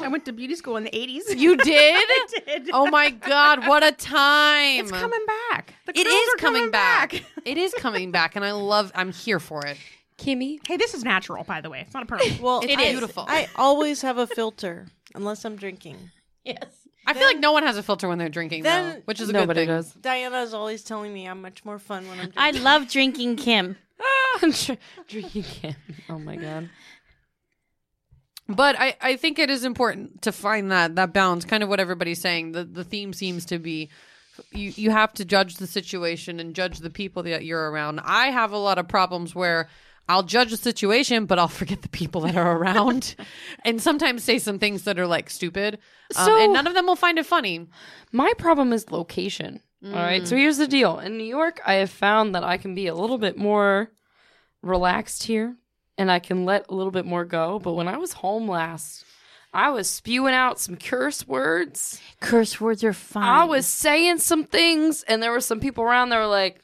[SPEAKER 5] I went to beauty school in the 80s.
[SPEAKER 2] You did?
[SPEAKER 5] did.
[SPEAKER 2] Oh my god, what a time.
[SPEAKER 5] It's coming back. The
[SPEAKER 2] It
[SPEAKER 5] curls
[SPEAKER 2] is
[SPEAKER 5] are coming, back.
[SPEAKER 2] it is coming back and I love I'm here for it.
[SPEAKER 1] Kimmy,
[SPEAKER 5] Hey, this is natural, by the way. It's not a perm.
[SPEAKER 4] Well,
[SPEAKER 2] It's
[SPEAKER 4] I-
[SPEAKER 2] beautiful.
[SPEAKER 4] I always have a filter unless I'm drinking.
[SPEAKER 3] yes.
[SPEAKER 2] I feel like no one has a filter when they're drinking though,
[SPEAKER 4] Then-
[SPEAKER 2] which is a
[SPEAKER 1] nobody
[SPEAKER 2] good thing.
[SPEAKER 1] does.
[SPEAKER 4] Diana is always telling me I'm much more fun when I'm drinking.
[SPEAKER 3] I love drinking Kim.
[SPEAKER 1] Drinking Kim. Oh my god.
[SPEAKER 2] But I, I think it is important to find that that balance, kind of what everybody's saying. The the theme seems to be you, you have to judge the situation and judge the people that you're around. I have a lot of problems where I'll judge the situation, but I'll forget the people that are around and sometimes say some things that are like stupid. Um,
[SPEAKER 1] So-
[SPEAKER 2] and none of them will find it funny.
[SPEAKER 1] My problem is location. All right.
[SPEAKER 3] Mm.
[SPEAKER 1] So here's the deal. In New York, I have found that I can be a little bit more relaxed here and I can let a little bit more go. But when I was home last, I was spewing out some curse words.
[SPEAKER 3] Curse words are fine.
[SPEAKER 1] I was saying some things, and there were some people around that were like,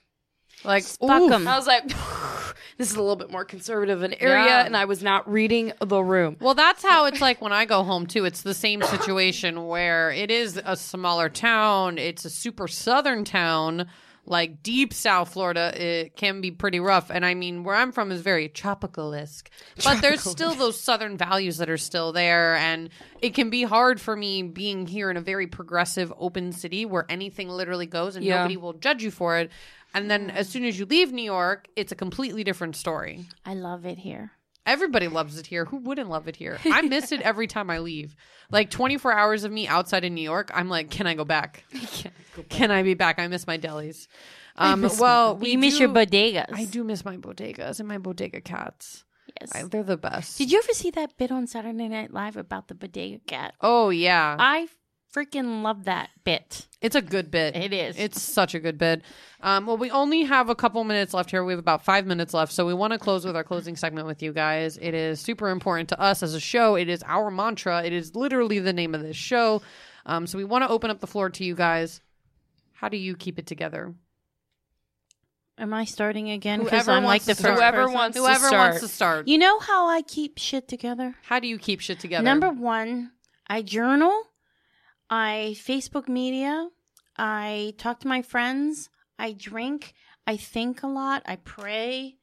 [SPEAKER 2] Like,
[SPEAKER 3] Fuck
[SPEAKER 2] ooh.
[SPEAKER 3] 'em.
[SPEAKER 1] I was like, this is a little bit more conservative an area,
[SPEAKER 2] Yeah.
[SPEAKER 1] and I was not reading the room.
[SPEAKER 2] Well, that's how it's like when I go home too. It's the same situation where it is a smaller town. It's a super southern town, like deep South Florida. It can be pretty rough, and I mean, where I'm from is very tropical esque. But there's still those southern values that are still there, and it can be hard for me being here in a very progressive, open city where anything literally goes, and
[SPEAKER 1] Yeah.
[SPEAKER 2] nobody will judge you for it. And then as soon as you leave New York, it's a completely different story.
[SPEAKER 3] I love it here.
[SPEAKER 2] Everybody loves it here. Who wouldn't love it here? I miss it every time I leave. Like 24 hours of me outside in New York, I'm like, can I go back? Can I be back? I miss my delis. Um, well, we
[SPEAKER 3] you miss
[SPEAKER 2] do-
[SPEAKER 3] your bodegas.
[SPEAKER 2] I do miss my bodegas and my bodega cats.
[SPEAKER 3] Yes.
[SPEAKER 2] I, they're the best.
[SPEAKER 3] Did you ever see that bit on Saturday Night Live about the bodega cat?
[SPEAKER 2] Oh yeah,
[SPEAKER 3] I freaking love that bit.
[SPEAKER 2] it's a good bit.
[SPEAKER 3] It is.
[SPEAKER 2] It's such a good bid. Um, well, we only have a couple minutes left here. We have about five minutes left. So we want to close with our closing segment with you guys. It is super important to us as a show. It is our mantra. It is literally the name of this show. Um, so we want to open up the floor to you guys. How do you keep it together?
[SPEAKER 3] Am I starting again? Because
[SPEAKER 2] Whoever
[SPEAKER 3] I'm like
[SPEAKER 2] wants
[SPEAKER 3] the
[SPEAKER 2] to
[SPEAKER 3] first
[SPEAKER 2] start.
[SPEAKER 1] Whoever
[SPEAKER 3] person.
[SPEAKER 1] wants
[SPEAKER 2] Whoever
[SPEAKER 1] to start.
[SPEAKER 2] wants to start.
[SPEAKER 3] You know how I keep shit together?
[SPEAKER 2] How do you keep shit together?
[SPEAKER 3] Number one, I journal. I Facebook media. I talk to my friends. I drink. I think a lot. I pray.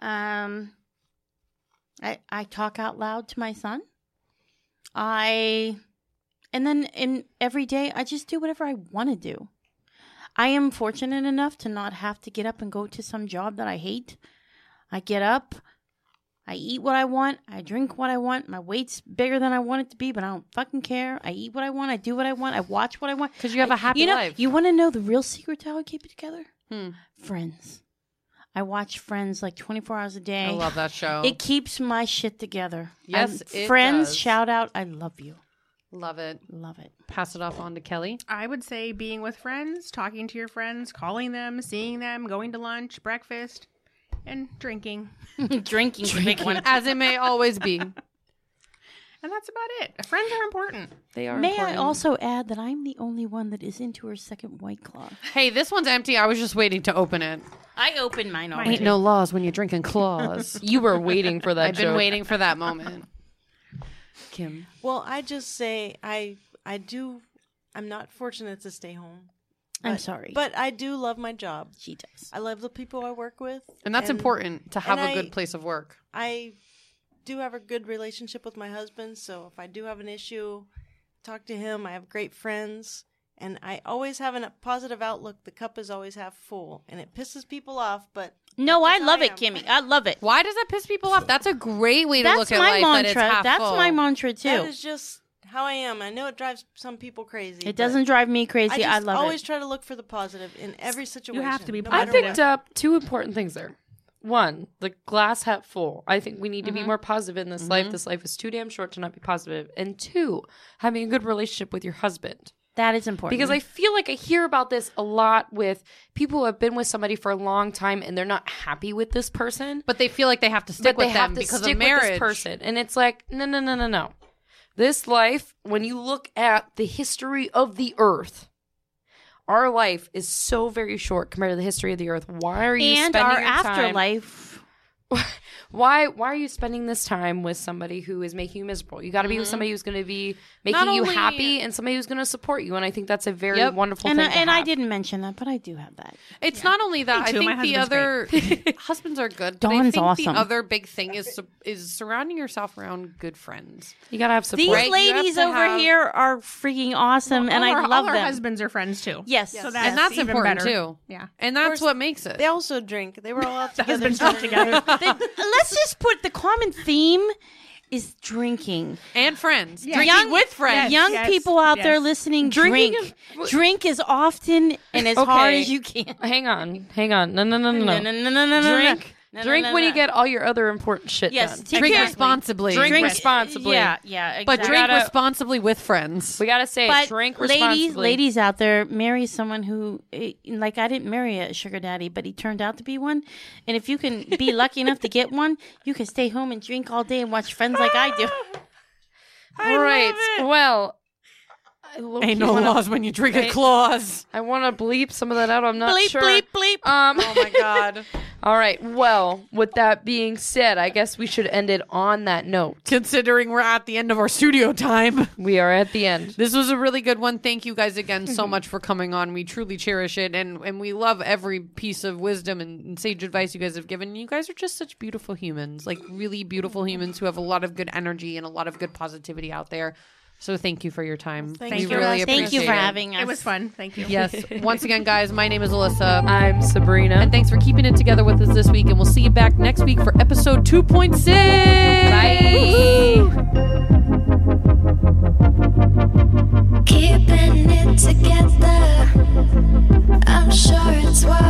[SPEAKER 3] Um, I I talk out loud to my son. I, and then in every day, I just do whatever I want to do. I am fortunate enough to not have to get up and go to some job that I hate. I get up, I eat what I want. I drink what I want. My weight's bigger than I want it to be, but I don't fucking care. I eat what I want. I do what I want. I watch what I want.
[SPEAKER 2] 'Cause you have
[SPEAKER 3] a
[SPEAKER 2] a happy
[SPEAKER 3] you know,
[SPEAKER 2] life.
[SPEAKER 3] You want to know the real secret to how I keep it together?
[SPEAKER 2] Hmm.
[SPEAKER 3] Friends. I watch Friends like 24 hours a day.
[SPEAKER 2] I love that show.
[SPEAKER 3] It keeps my shit together.
[SPEAKER 2] Yes,
[SPEAKER 3] I'm-
[SPEAKER 2] it
[SPEAKER 3] friends,
[SPEAKER 2] does.
[SPEAKER 3] shout out. I love you.
[SPEAKER 2] love it.
[SPEAKER 3] Love it.
[SPEAKER 2] Pass it off on to Kelly.
[SPEAKER 5] I would say being with friends, talking to your friends, calling them, seeing them, going to lunch, breakfast, and drinking.
[SPEAKER 3] Drinking's a big one.
[SPEAKER 2] As it may always be.
[SPEAKER 5] And that's about it. Friends are important.
[SPEAKER 1] they are.
[SPEAKER 3] May I
[SPEAKER 1] important.
[SPEAKER 3] also add that I'm the only one that is into her second white claw.
[SPEAKER 2] Hey, this one's empty. I was just waiting to open it.
[SPEAKER 3] I opened mine already.
[SPEAKER 2] Ain't no laws when you're drinking claws.
[SPEAKER 1] You were waiting for that
[SPEAKER 2] I've been
[SPEAKER 1] joke.
[SPEAKER 2] waiting for that moment. Kim.
[SPEAKER 4] Well, I just say I I do. I'm not fortunate to stay home,
[SPEAKER 3] I'm sorry.
[SPEAKER 4] but I do love my job.
[SPEAKER 3] she does.
[SPEAKER 4] I love the people I work with,
[SPEAKER 2] And that's important to have
[SPEAKER 4] and
[SPEAKER 2] a
[SPEAKER 4] I-
[SPEAKER 2] good place of work.
[SPEAKER 4] I do have a good relationship with my husband, so if I do have an issue, talk to him. I have great friends, and I always have a positive outlook. The cup is always half full, and it pisses people off, but
[SPEAKER 3] No, I
[SPEAKER 4] That's how
[SPEAKER 3] love
[SPEAKER 4] I
[SPEAKER 3] it,
[SPEAKER 4] am.
[SPEAKER 3] Kimmy. I love it.
[SPEAKER 2] Why does that piss people off? That's a great way to
[SPEAKER 3] That's
[SPEAKER 2] look at
[SPEAKER 3] my
[SPEAKER 2] life. that
[SPEAKER 3] mantra.
[SPEAKER 2] it's half
[SPEAKER 3] That's
[SPEAKER 2] full.
[SPEAKER 3] my mantra too.
[SPEAKER 4] that is just how I am. I know it drives some people crazy.
[SPEAKER 3] it
[SPEAKER 4] but
[SPEAKER 3] doesn't drive me crazy. I,
[SPEAKER 4] I just
[SPEAKER 3] love
[SPEAKER 4] always
[SPEAKER 3] it.
[SPEAKER 4] try to look for the positive in every situation.
[SPEAKER 5] be
[SPEAKER 4] no
[SPEAKER 1] I
[SPEAKER 4] matter
[SPEAKER 5] positive.
[SPEAKER 1] picked
[SPEAKER 4] what.
[SPEAKER 1] up two important things there. One, the glass half full. I think we need to be more positive in this life. This life is too damn short to not be positive. And two, having a good relationship with your husband.
[SPEAKER 3] That is important.
[SPEAKER 1] Because I feel like I hear about this a lot with people who have been with somebody for a long time and they're not happy with this person.
[SPEAKER 2] But they feel like they have to stick
[SPEAKER 1] but they
[SPEAKER 2] with
[SPEAKER 1] have
[SPEAKER 2] them
[SPEAKER 1] to
[SPEAKER 2] because
[SPEAKER 1] stick
[SPEAKER 2] of marriage.
[SPEAKER 1] with this person. And it's like, no, no, no, no, no. This life, when you look at the history of the earth, our life is so very short compared to the history of the earth. Why are you
[SPEAKER 3] and
[SPEAKER 1] spending
[SPEAKER 3] our
[SPEAKER 1] your time-
[SPEAKER 3] afterlife.
[SPEAKER 1] why why are you spending this time with somebody who is making you miserable? You got to be with
[SPEAKER 3] Mm-hmm.
[SPEAKER 1] somebody who's going to be making
[SPEAKER 5] Not
[SPEAKER 1] you
[SPEAKER 5] only-
[SPEAKER 1] happy and somebody who's going to support you. And I think that's a very
[SPEAKER 2] Yep.
[SPEAKER 1] wonderful
[SPEAKER 3] And I,
[SPEAKER 1] thing. to
[SPEAKER 3] and I
[SPEAKER 1] have.
[SPEAKER 3] didn't mention that, but I do have that.
[SPEAKER 2] It's not only that.
[SPEAKER 5] Me too.
[SPEAKER 2] I
[SPEAKER 5] My
[SPEAKER 2] think the other husbands are good. but I
[SPEAKER 3] Dawn's
[SPEAKER 2] think
[SPEAKER 3] awesome.
[SPEAKER 2] The other big thing is su- is surrounding yourself around good friends.
[SPEAKER 1] You got to have support.
[SPEAKER 3] These
[SPEAKER 2] Right, you have
[SPEAKER 3] ladies
[SPEAKER 2] to
[SPEAKER 3] over
[SPEAKER 2] have-
[SPEAKER 3] here are freaking awesome, and
[SPEAKER 5] all
[SPEAKER 3] I
[SPEAKER 5] our,
[SPEAKER 3] love
[SPEAKER 5] all our
[SPEAKER 3] them.
[SPEAKER 5] husbands are friends too.
[SPEAKER 3] Yes.
[SPEAKER 5] So
[SPEAKER 3] Yes.
[SPEAKER 5] that's
[SPEAKER 2] and that's
[SPEAKER 5] even
[SPEAKER 2] important
[SPEAKER 5] better.
[SPEAKER 2] too.
[SPEAKER 5] Yeah.
[SPEAKER 2] And that's what makes it.
[SPEAKER 4] They also drink. They were all out
[SPEAKER 5] The
[SPEAKER 4] together.
[SPEAKER 5] husbands all together.
[SPEAKER 3] They- let's just put the common theme is drinking.
[SPEAKER 2] and friends.
[SPEAKER 5] Yeah.
[SPEAKER 2] Drinking
[SPEAKER 3] Young-
[SPEAKER 2] with friends.
[SPEAKER 5] Yes,
[SPEAKER 3] Young
[SPEAKER 5] yes,
[SPEAKER 3] people out there
[SPEAKER 5] yes.
[SPEAKER 3] listening,
[SPEAKER 1] Drinking
[SPEAKER 3] drink. drink as often and as hard
[SPEAKER 1] Okay.
[SPEAKER 3] as you can.
[SPEAKER 1] Hang on, hang on. No, no, no, no, no.
[SPEAKER 3] no, no, no, no.
[SPEAKER 1] Drink,
[SPEAKER 3] No, no,
[SPEAKER 1] drink
[SPEAKER 3] no,
[SPEAKER 1] when
[SPEAKER 3] no.
[SPEAKER 1] you get all your other important shit
[SPEAKER 3] Yes,
[SPEAKER 1] done.
[SPEAKER 3] take
[SPEAKER 2] Drink
[SPEAKER 3] care.
[SPEAKER 2] responsibly.
[SPEAKER 1] Drink,
[SPEAKER 3] Drink-
[SPEAKER 1] responsibly.
[SPEAKER 3] Yeah, yeah.
[SPEAKER 2] but
[SPEAKER 3] exactly.
[SPEAKER 2] drink
[SPEAKER 1] gotta-
[SPEAKER 2] responsibly with friends.
[SPEAKER 1] We gotta say, it.
[SPEAKER 3] But
[SPEAKER 1] drink responsibly.
[SPEAKER 3] ladies, ladies out there, marry someone who, eh, like, I didn't marry a sugar daddy, but he turned out to be one. And if you can be lucky enough to get one, you can stay home and drink all day and watch Friends like I do.
[SPEAKER 1] right? Well, I, low-key
[SPEAKER 2] Ain't no
[SPEAKER 1] wanna-
[SPEAKER 2] laws when you drink a clause.
[SPEAKER 1] I want to bleep some of that out. I'm not
[SPEAKER 3] bleep,
[SPEAKER 1] sure.
[SPEAKER 3] bleep, bleep.
[SPEAKER 1] Um,
[SPEAKER 2] Oh my god.
[SPEAKER 1] all right. Well, with that being said, I guess we should end it on that note.
[SPEAKER 2] Considering we're at the end of our studio time.
[SPEAKER 1] We are at the end.
[SPEAKER 2] This was a really good one. Thank you guys again so much for coming on. We truly cherish it and, and we love every piece of wisdom and, and sage advice you guys have given. You guys are just such beautiful humans, like really beautiful humans who have a lot of good energy and a lot of good positivity out there. So thank you for your time.
[SPEAKER 4] Thank
[SPEAKER 2] we
[SPEAKER 4] you.
[SPEAKER 2] really
[SPEAKER 3] Thank you
[SPEAKER 2] appreciate
[SPEAKER 3] for
[SPEAKER 2] it.
[SPEAKER 3] having us.
[SPEAKER 5] It was fun. Thank you.
[SPEAKER 2] Yes. Once again, guys, my name is Alyssa.
[SPEAKER 1] I'm Sabrina.
[SPEAKER 2] And thanks for keeping it together with us this week. And we'll see you back next week for episode 2.6. Bye.
[SPEAKER 6] Keeping it together, I'm sure it's what Oh,